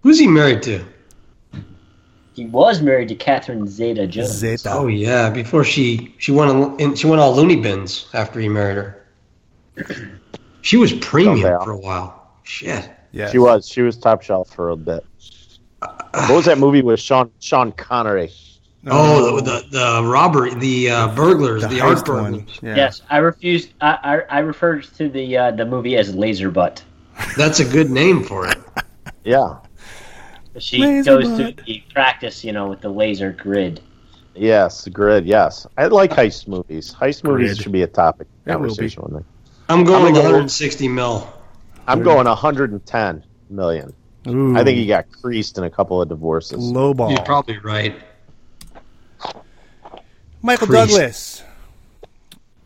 H: who's he married to?
F: He was married to Catherine Zeta-Jones.
E: Zeta.
H: Oh yeah, before she she went on, and she went all loony bins after he married her. She was
G: Don't
H: premium
G: fail.
H: for a while. Shit.
E: Yes.
G: She was. She was top shelf for a bit. What was that movie with Sean Sean Connery?
H: Oh, the the, the robbery, the uh, burglars, the, art
E: heist
H: burglars.
E: one. Yeah.
F: Yes, I refuse. I, I I referred to the uh, the movie as Laser Butt.
H: That's a good name for it.
G: Yeah,
F: She
E: Laser
F: goes
E: Butt.
F: to the practice, you know, with the laser grid.
G: yes, Grid. Yes, I like heist movies. Heist movies
E: Grid.
G: should be a topic
E: It will be.
G: conversation one day.
H: I'm
G: I'm
H: going
G: gonna go-
H: 160 mil.
G: I'm going 110 million.
E: Ooh,
G: I think he got creased in a couple of divorces.
E: low ball.
H: You're probably right.
E: Michael
H: Priest.
E: Douglas.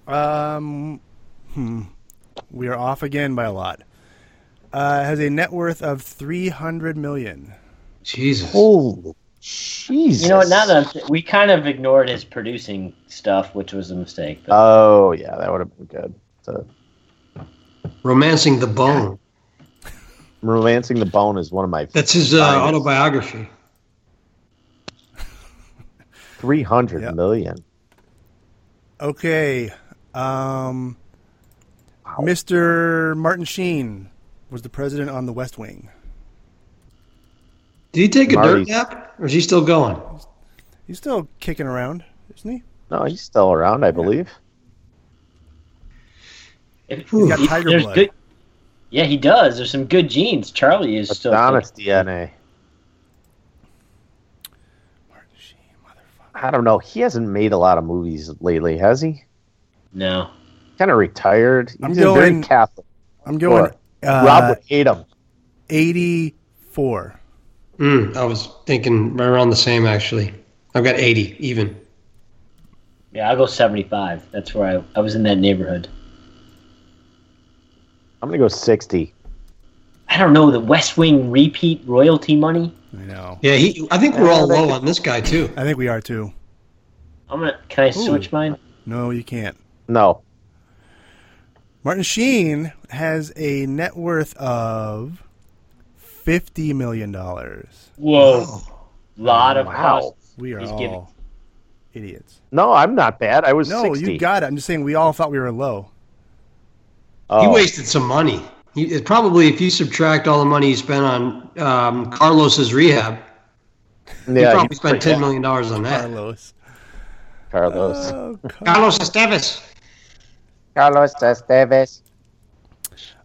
E: Um, hmm. We are off again by a lot. Uh, has a net worth of 300 million.
H: Jesus.
G: Holy Jesus!
F: You know what? Now that I'm th- we kind of ignored his producing stuff, which was a mistake. But
G: Oh yeah, that would have been good. So,
H: Romancing the Bone.
G: Romancing the Bone is one of my
H: That's his uh,
G: Finest.
H: autobiography.
G: 300
E: Yeah.
G: million.
E: Okay. Um, Mr. Martin Sheen was the president on The West Wing.
H: Did he take a
G: Marty's-
H: dirt nap, or is he still going?
E: He's still kicking around, isn't he?
G: No, he's still around, I believe.
E: He's got tiger
F: There's
E: blood.
F: good- yeah, he does. There's some good genes. Charlie is still.
G: Adonis DNA. I don't know. He hasn't made a lot of movies lately, has he?
F: No.
G: Kind of retired. He's
E: I'm
G: very
E: going-
G: Catholic.
E: I'm going uh,
G: Rob would hate him.
E: 84.
H: Mm, I was thinking right around the same actually. I've got 80 even.
F: Yeah, I'll go 75. That's where I, I was in that neighborhood.
G: I'm gonna go sixty.
F: I don't know the West Wing repeat royalty money.
E: I know.
H: Yeah, he. I think we're all low on this guy too.
E: I think we are too.
F: I'm gonna. Can I switch mine?
E: No, you can't.
G: No,
E: Martin Sheen has a net worth of $50 million.
F: Whoa. Lot of
G: Wow.
F: costs.
E: We are
F: He's
E: all
F: giving-
E: idiots.
G: no, I'm not bad. I was
E: No,
G: sixty.
E: you got it. I'm just saying we all thought we were low.
G: Oh.
H: He wasted some money. He, it probably, if you subtract all the money he spent on um, Carlos's rehab, he
G: Yeah,
H: probably
G: you-
H: spent ten million dollars on that.
E: Carlos.
G: Carlos.
F: uh,
E: Oh, Car-
H: Carlos Estevez.
G: Carlos Estevez.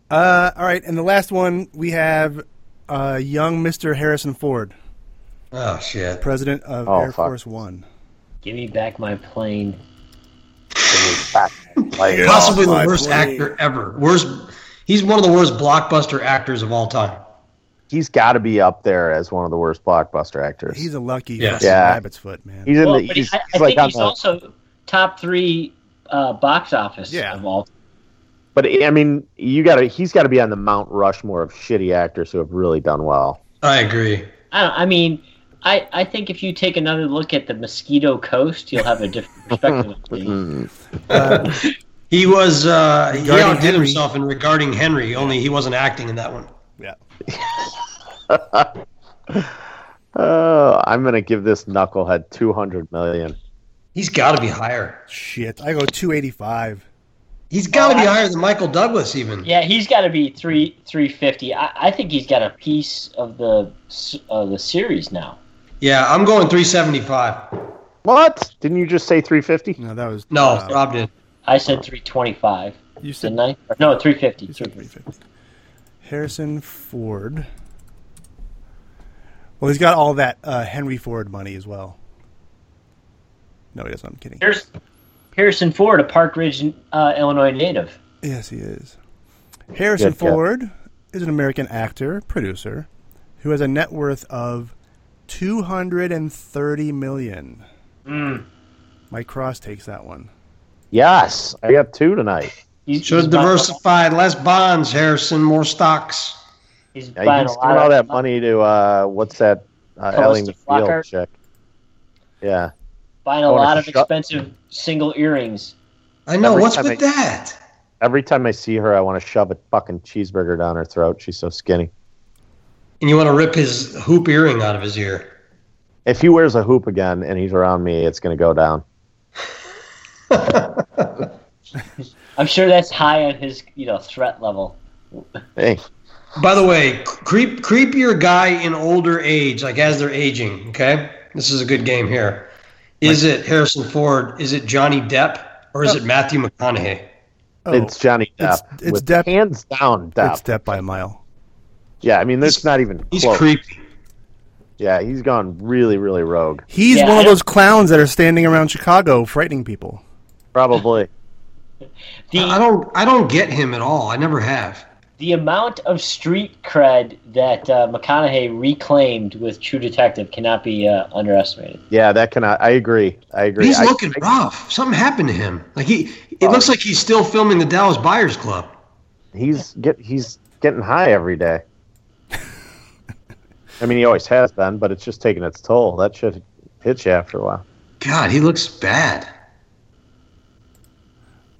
E: uh, all right, and the last one we have uh, young Mr. Harrison Ford,
H: Oh shit!
E: president of
G: Oh,
E: Air
G: fuck.
E: Force One.
F: Give me back my plane.
G: Like,
H: Possibly
E: my
H: the worst
E: plane.
H: actor ever. Worst. He's one of the worst blockbuster actors of all time.
G: he's got to be up there as one of the worst blockbuster actors.
E: He's
G: He's,
E: a lucky
H: Yes.
E: fucking
G: Yeah.
E: rabbit's foot, man.
G: in
F: Well,
G: the.
F: but
G: He's,
F: I, I
G: he's like
F: think
G: on
F: he's
G: the-
F: also top three uh, box office
E: Yeah.
F: of all.
G: But I mean, you got to. He's got to be on the Mount Rushmore of shitty actors who have really done well.
H: I agree.
F: I, don't, I mean, I, I think if you take another look at the Mosquito Coast, you'll have a different perspective. on things.
H: He was. Uh, he
E: Regarding
H: outdid
E: Henry.
H: himself in regarding Henry. Only he wasn't acting in that one.
E: Yeah.
G: Oh, Uh, I'm gonna give this knucklehead 200 million.
H: He's got to be higher.
E: Shit, I go 285.
H: He's got to be higher than Michael Douglas even.
F: Oh, Yeah, he's got to be three three fifty. I, I think he's got a piece of the s- of the series now.
H: Yeah, I'm going 375.
G: What? Didn't you just say 350?
E: No, that was
H: No,
E: uh,
H: Rob did.
F: I said three twenty five,
E: you said
F: didn't I? Or No, three fifty.
E: You said 350. Harrison Ford. Well, he's got all that uh, Henry Ford money as well. No, he doesn't. I'm kidding.
F: Here's Harrison Ford, a Park Ridge, uh, Illinois native.
E: Yes, he is. Harrison
G: Good guess.
E: Ford is an American actor, producer, who has a net worth of two hundred and thirty million.
G: Hmm.
E: Mike Cross takes that one.
G: Yes, I got two tonight.
F: He's,
H: Should
F: he's buying-
H: diversify less bonds, Harrison, more stocks.
F: He's
G: Yeah,
F: buying
G: he's
F: a
G: giving
F: lot
G: all
F: of
G: that money to uh, what's that? Uh, Ellie
F: Calista
G: McField
F: Flockhart?
G: chick. Yeah,
F: buying a
G: Wanna
F: lot of
G: shut-
F: expensive single earrings.
H: I know.
G: Every
H: what's
G: time
H: with
G: I-
H: that?
G: every time I see her, I want to shove a fucking cheeseburger down her throat. She's so skinny.
H: And you want to rip his hoop earring out of his ear.
G: If he wears a hoop again and he's around me, it's gonna go down.
F: I'm sure that's high on his you know threat level.
G: Hey,
H: By the way, creep, creepier guy in older age, like as they're aging. Okay, this is a good game here. Is it Harrison Ford? Is it Johnny Depp? Or is it Matthew McConaughey?
E: Oh,
G: it's Johnny Depp.
E: It's- it's
G: with
E: Depp.
G: Hands down, Depp.
E: it's step by a mile.
G: Yeah, I mean, there's not even
H: He's
G: close.
H: creepy.
G: Yeah, he's gone really, really rogue.
E: He's
F: Yeah,
E: one
F: I
E: of
F: don't-
E: those clowns that are standing around Chicago frightening people.
G: Probably.
F: The
H: I don't. I don't get him at all. I never have.
F: the amount of street cred that uh, McConaughey reclaimed with True Detective cannot be uh, underestimated.
G: yeah, that cannot. I agree. I
H: But
G: agree.
H: he's
G: I-
H: looking rough. Something happened to him. Like he, it looks like he's still filming the Dallas Buyers Club.
G: he's get he's getting high every day. I mean, he always has been, but it's just taking its toll. That should hit you after a while.
H: God, he looks bad.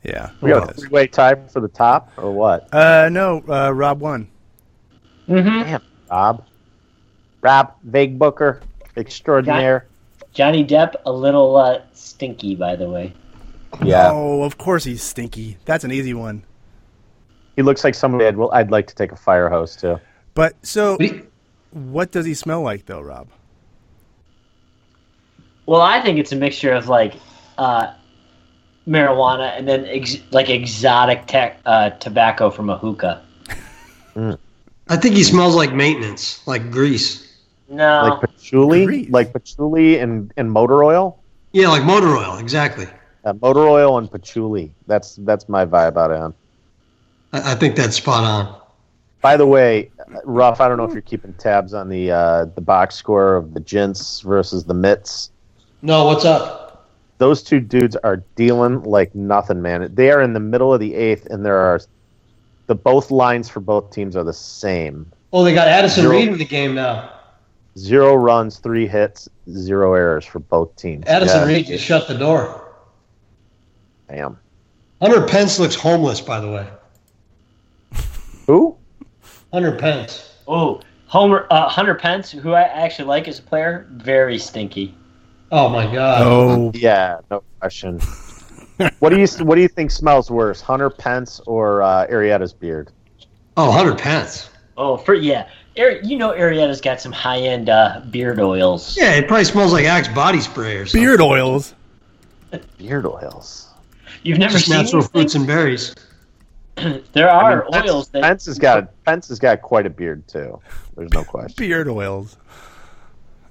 E: Yeah.
G: We got a three-way tie for the top, or what?
E: Uh, no, uh, Rob won.
G: Damn, Rob, Rob, Vague Booker, extraordinaire.
F: Johnny Depp, a little uh, stinky, by the way.
G: Yeah,
E: Oh, of course he's stinky. That's an easy one.
G: he looks like somebody I'd, well, I'd like to take a fire hose to.
E: But so,
H: But he-
E: what does he smell like though, Rob?
F: Well, I think it's a mixture of like uh, marijuana and then ex- like exotic tech uh, tobacco from a hookah.
H: I think he smells like maintenance, like grease. Oh.
F: No,
G: Like patchouli, like patchouli and, and motor oil.
H: Yeah, like motor oil, exactly.
G: Uh, motor oil and patchouli. That's that's my vibe out of him.
H: I, I think that's spot on.
G: By the way, Ruff, I don't know if you're keeping tabs on the uh, the box score of the Gents versus the Mitts.
H: No, what's up?
G: Those two dudes are dealing like nothing, man. They are in the middle of the eighth, and there are the both lines for both teams are the same:
H: Oh, they got Addison
G: Zero.
H: Reed in the game now.
G: zero runs, three hits, zero errors for both teams.
H: Addison
G: Yeah,
H: Reed just shut the door.
G: Damn.
H: Hunter Pence looks homeless, by the way.
G: Who?
H: Hunter Pence.
F: Oh, Homer uh, Hunter Pence, who I actually like as a player, very stinky.
H: Oh my God.
E: Oh,
G: Yeah, no question. what do you What do you think smells worse, Hunter Pence or uh, Arietta's beard?
H: Oh, Hunter Pence.
F: Oh, for yeah, Ari- you know Arietta's got some high end uh, beard oils.
H: Yeah, it probably smells like Axe body spray or something.
E: beard oils.
G: Beard oils.
F: You've never
H: Just
F: seen
H: natural
F: these things?
H: fruits and berries.
F: There
G: I
F: are
G: mean, Pence-
F: oils that
G: Pence has got Pence has got quite a beard too. There's no question.
E: Beard oils.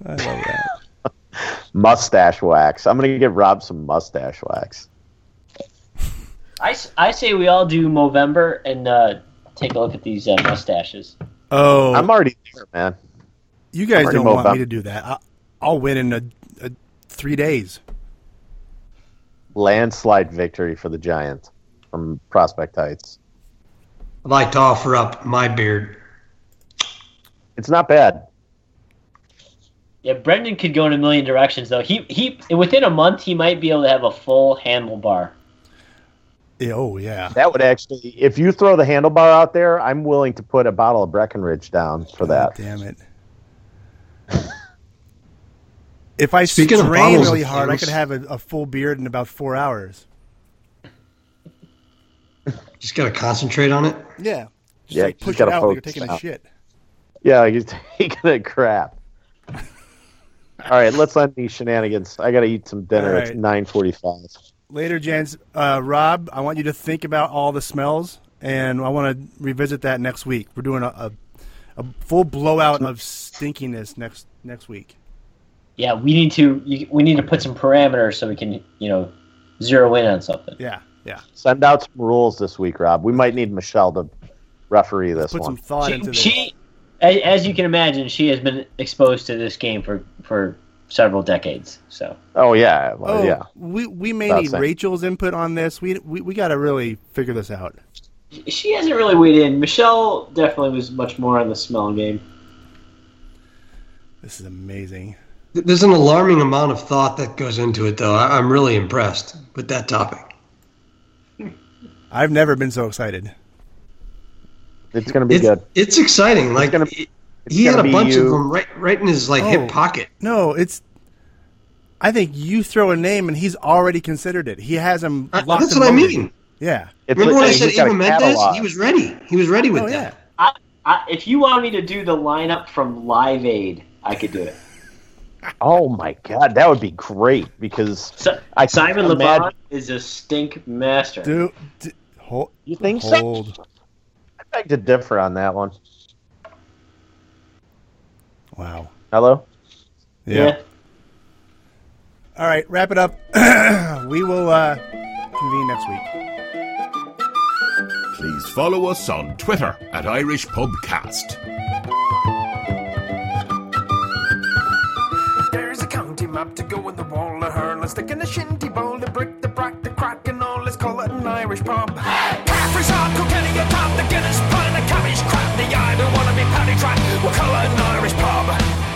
E: I love that.
G: Mustache wax. I'm gonna get Rob some mustache wax.
F: I, s- I say we all do Movember and uh, take a look at these uh, mustaches.
E: Oh,
G: I'm already there, man.
E: you guys
G: already
E: don't want
G: mobile.
E: me to do that. I, I'll win in a, a three days.
G: Landslide victory for the Giant from Prospect Heights.
H: I'd like to offer up my beard.
G: It's not bad.
F: Yeah, Brendan could go in a million directions though. He he within a month he might be able to have a full handlebar.
E: Yeah, oh yeah.
G: That would actually, if you throw the handlebar out there, I'm willing to put a bottle of Breckenridge down for that.
E: Damn it. If I
H: Speaking of
E: strain
H: bottles of
E: really hard, I
H: things-
E: could have a, a full beard in about four hours.
H: Just got to concentrate on it.
E: Yeah. Just
G: Yeah,
E: like
G: you
E: push it
G: gotta
E: out like you're
G: focus
E: taking a
G: now.
E: shit.
G: Yeah, you're taking a crap. All right, let's end these shenanigans. I got to eat some dinner.
E: All
G: It's
E: right.
G: 9:45.
E: Later, Jens. Uh, Rob, I want you to think about all the smells, and I want to revisit that next week. We're doing a, a, a full blowout of stinkiness next next week.
F: Yeah, we need to you- we need to put some parameters so we can you know zero in on something.
E: Yeah, yeah.
G: Send out some rules this week, Rob. We might need Michelle to referee this
E: Put some
G: one.
E: thought into
F: She,
E: this.
F: she a- as you can imagine, she has been exposed to this game for for several decades. So
G: Oh yeah, well,
E: oh,
G: yeah.
E: we we may
G: About
E: need
G: same.
E: Rachel's input on this. We we, we got to really figure this out.
F: she hasn't really weighed in. Michelle definitely was much more on the smell game.
E: This is amazing.
H: Th- There's an alarming amount of thought that goes into it, though. I- I'm really impressed with that topic.
E: I've never been so excited.
G: It's gonna be
H: It's,
G: good.
H: it's exciting. Like
G: gonna-
H: he-
G: it's
H: he had
G: gonna
H: a
G: be
H: bunch
G: you.
H: of them right, right in his like
E: Oh.
H: hip pocket.
E: No, it's. I think you throw a name and he's already considered it. He has him.
H: I-
E: locked
H: Uh, that's
E: and
H: what I
E: loaded.
H: mean.
E: Yeah.
G: It's
H: Remember when
G: like-
H: I
G: he's
H: said
G: got a
H: Eva Mendes?
G: catalog.
H: He was ready. He was ready with
E: Oh yeah.
H: that.
F: I, I, if you want me to do the lineup from Live Aid, I could do it.
G: Oh my god, that would be great because
F: Si-
G: I can
F: Simon
G: imagine-
F: LeBron is a stink master.
E: Do, do hold,
G: You think
E: hold.
G: so? I beg to differ on that one.
E: Wow.
G: Hello.
F: yeah.
E: All right, wrap it up. we will uh, convene next week.
B: Please follow us on Twitter at Irish Pubcast.
C: There's a county map to go in the wall of her. Let's stick in the shinty bowl to break the brack, the crack, and all. Let's call it an Irish pub. Caffrey's on Kilkenny, a pub, the Guinness pub, and the cabbage crap. The I don't wanna be paddy track. We'll call it an Irish pub.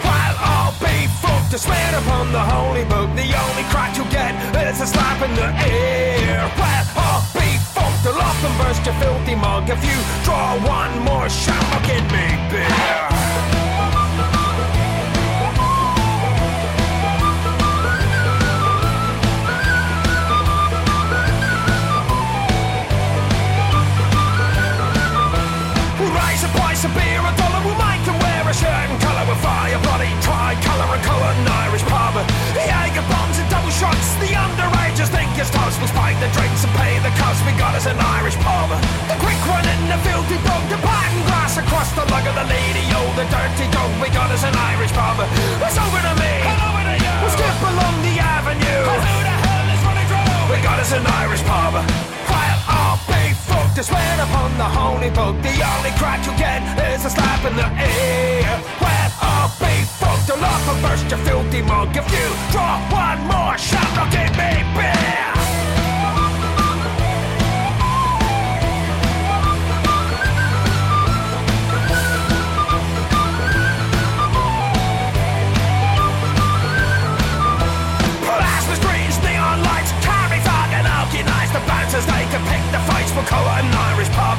C: While all be folk to swear upon the holy book, the only crack you get is a slap in the ear. While all be folk to laugh and burst your filthy mug. If you draw one more shot, I'll get me beer. We'll raise a price of beer, a dollar we'll make and wear a shirt and colour with fire, bloody tricolour, a colour, an Irish pub. The Jager bombs and double shots, the underagers think it's toast. We'll spike the drinks and pay the cost, we got us an Irish pub. The quick one in the filthy dog, the pattern grass across the lug of the lady, oh, the dirty dog, we got us an Irish pub. It's over to me, and over to you. We'll skip along the avenue. And who the hell is running through? We got us an Irish pub. Quiet, all be fucked, is when upon the holy book, the only crack you get is a slap in the ear. Well, I'll be fucked, I'll off a burst, you filthy mug. If you draw one more shot, I'll give me beer. Plasma screens, neon lights, carry fog and alky nights. The bouncers, they can pick the fights for colour and Irish pub.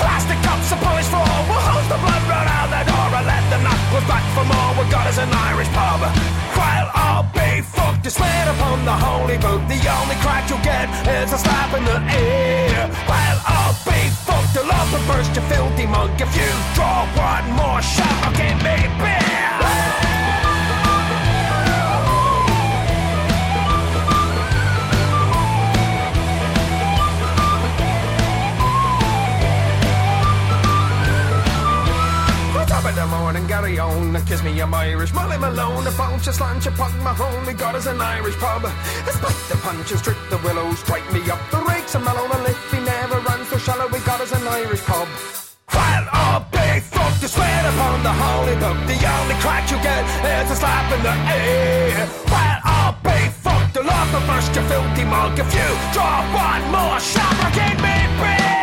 C: Plastic cups and polished floor, we'll hose the blood right out the door and let the knuckles back for more. We've got us an Irish pub. Well, I'll be fucked, you swear upon the holy book. The only crack you'll get is a slap in the ear. Well, I'll be fucked, you'll up and burst, you filthy monk. If you draw one more shot, I'll give me beer. What's up in the morning, Gary on? Kiss me, I'm Irish. Molly Malone, a bunch of slant, a punk, my home. We got us an Irish pub. I spike the punches, trick the willows, strike me up the rakes. And Malone, a lift, he never runs so shallow. We got us an Irish pub. Well, I'll be fucked, you swear upon the holy book. The only crack you get is a slap in the ear. Well, I'll be fucked, you'll off the first, you filthy mug. If you draw one more shot, I'll give me beer.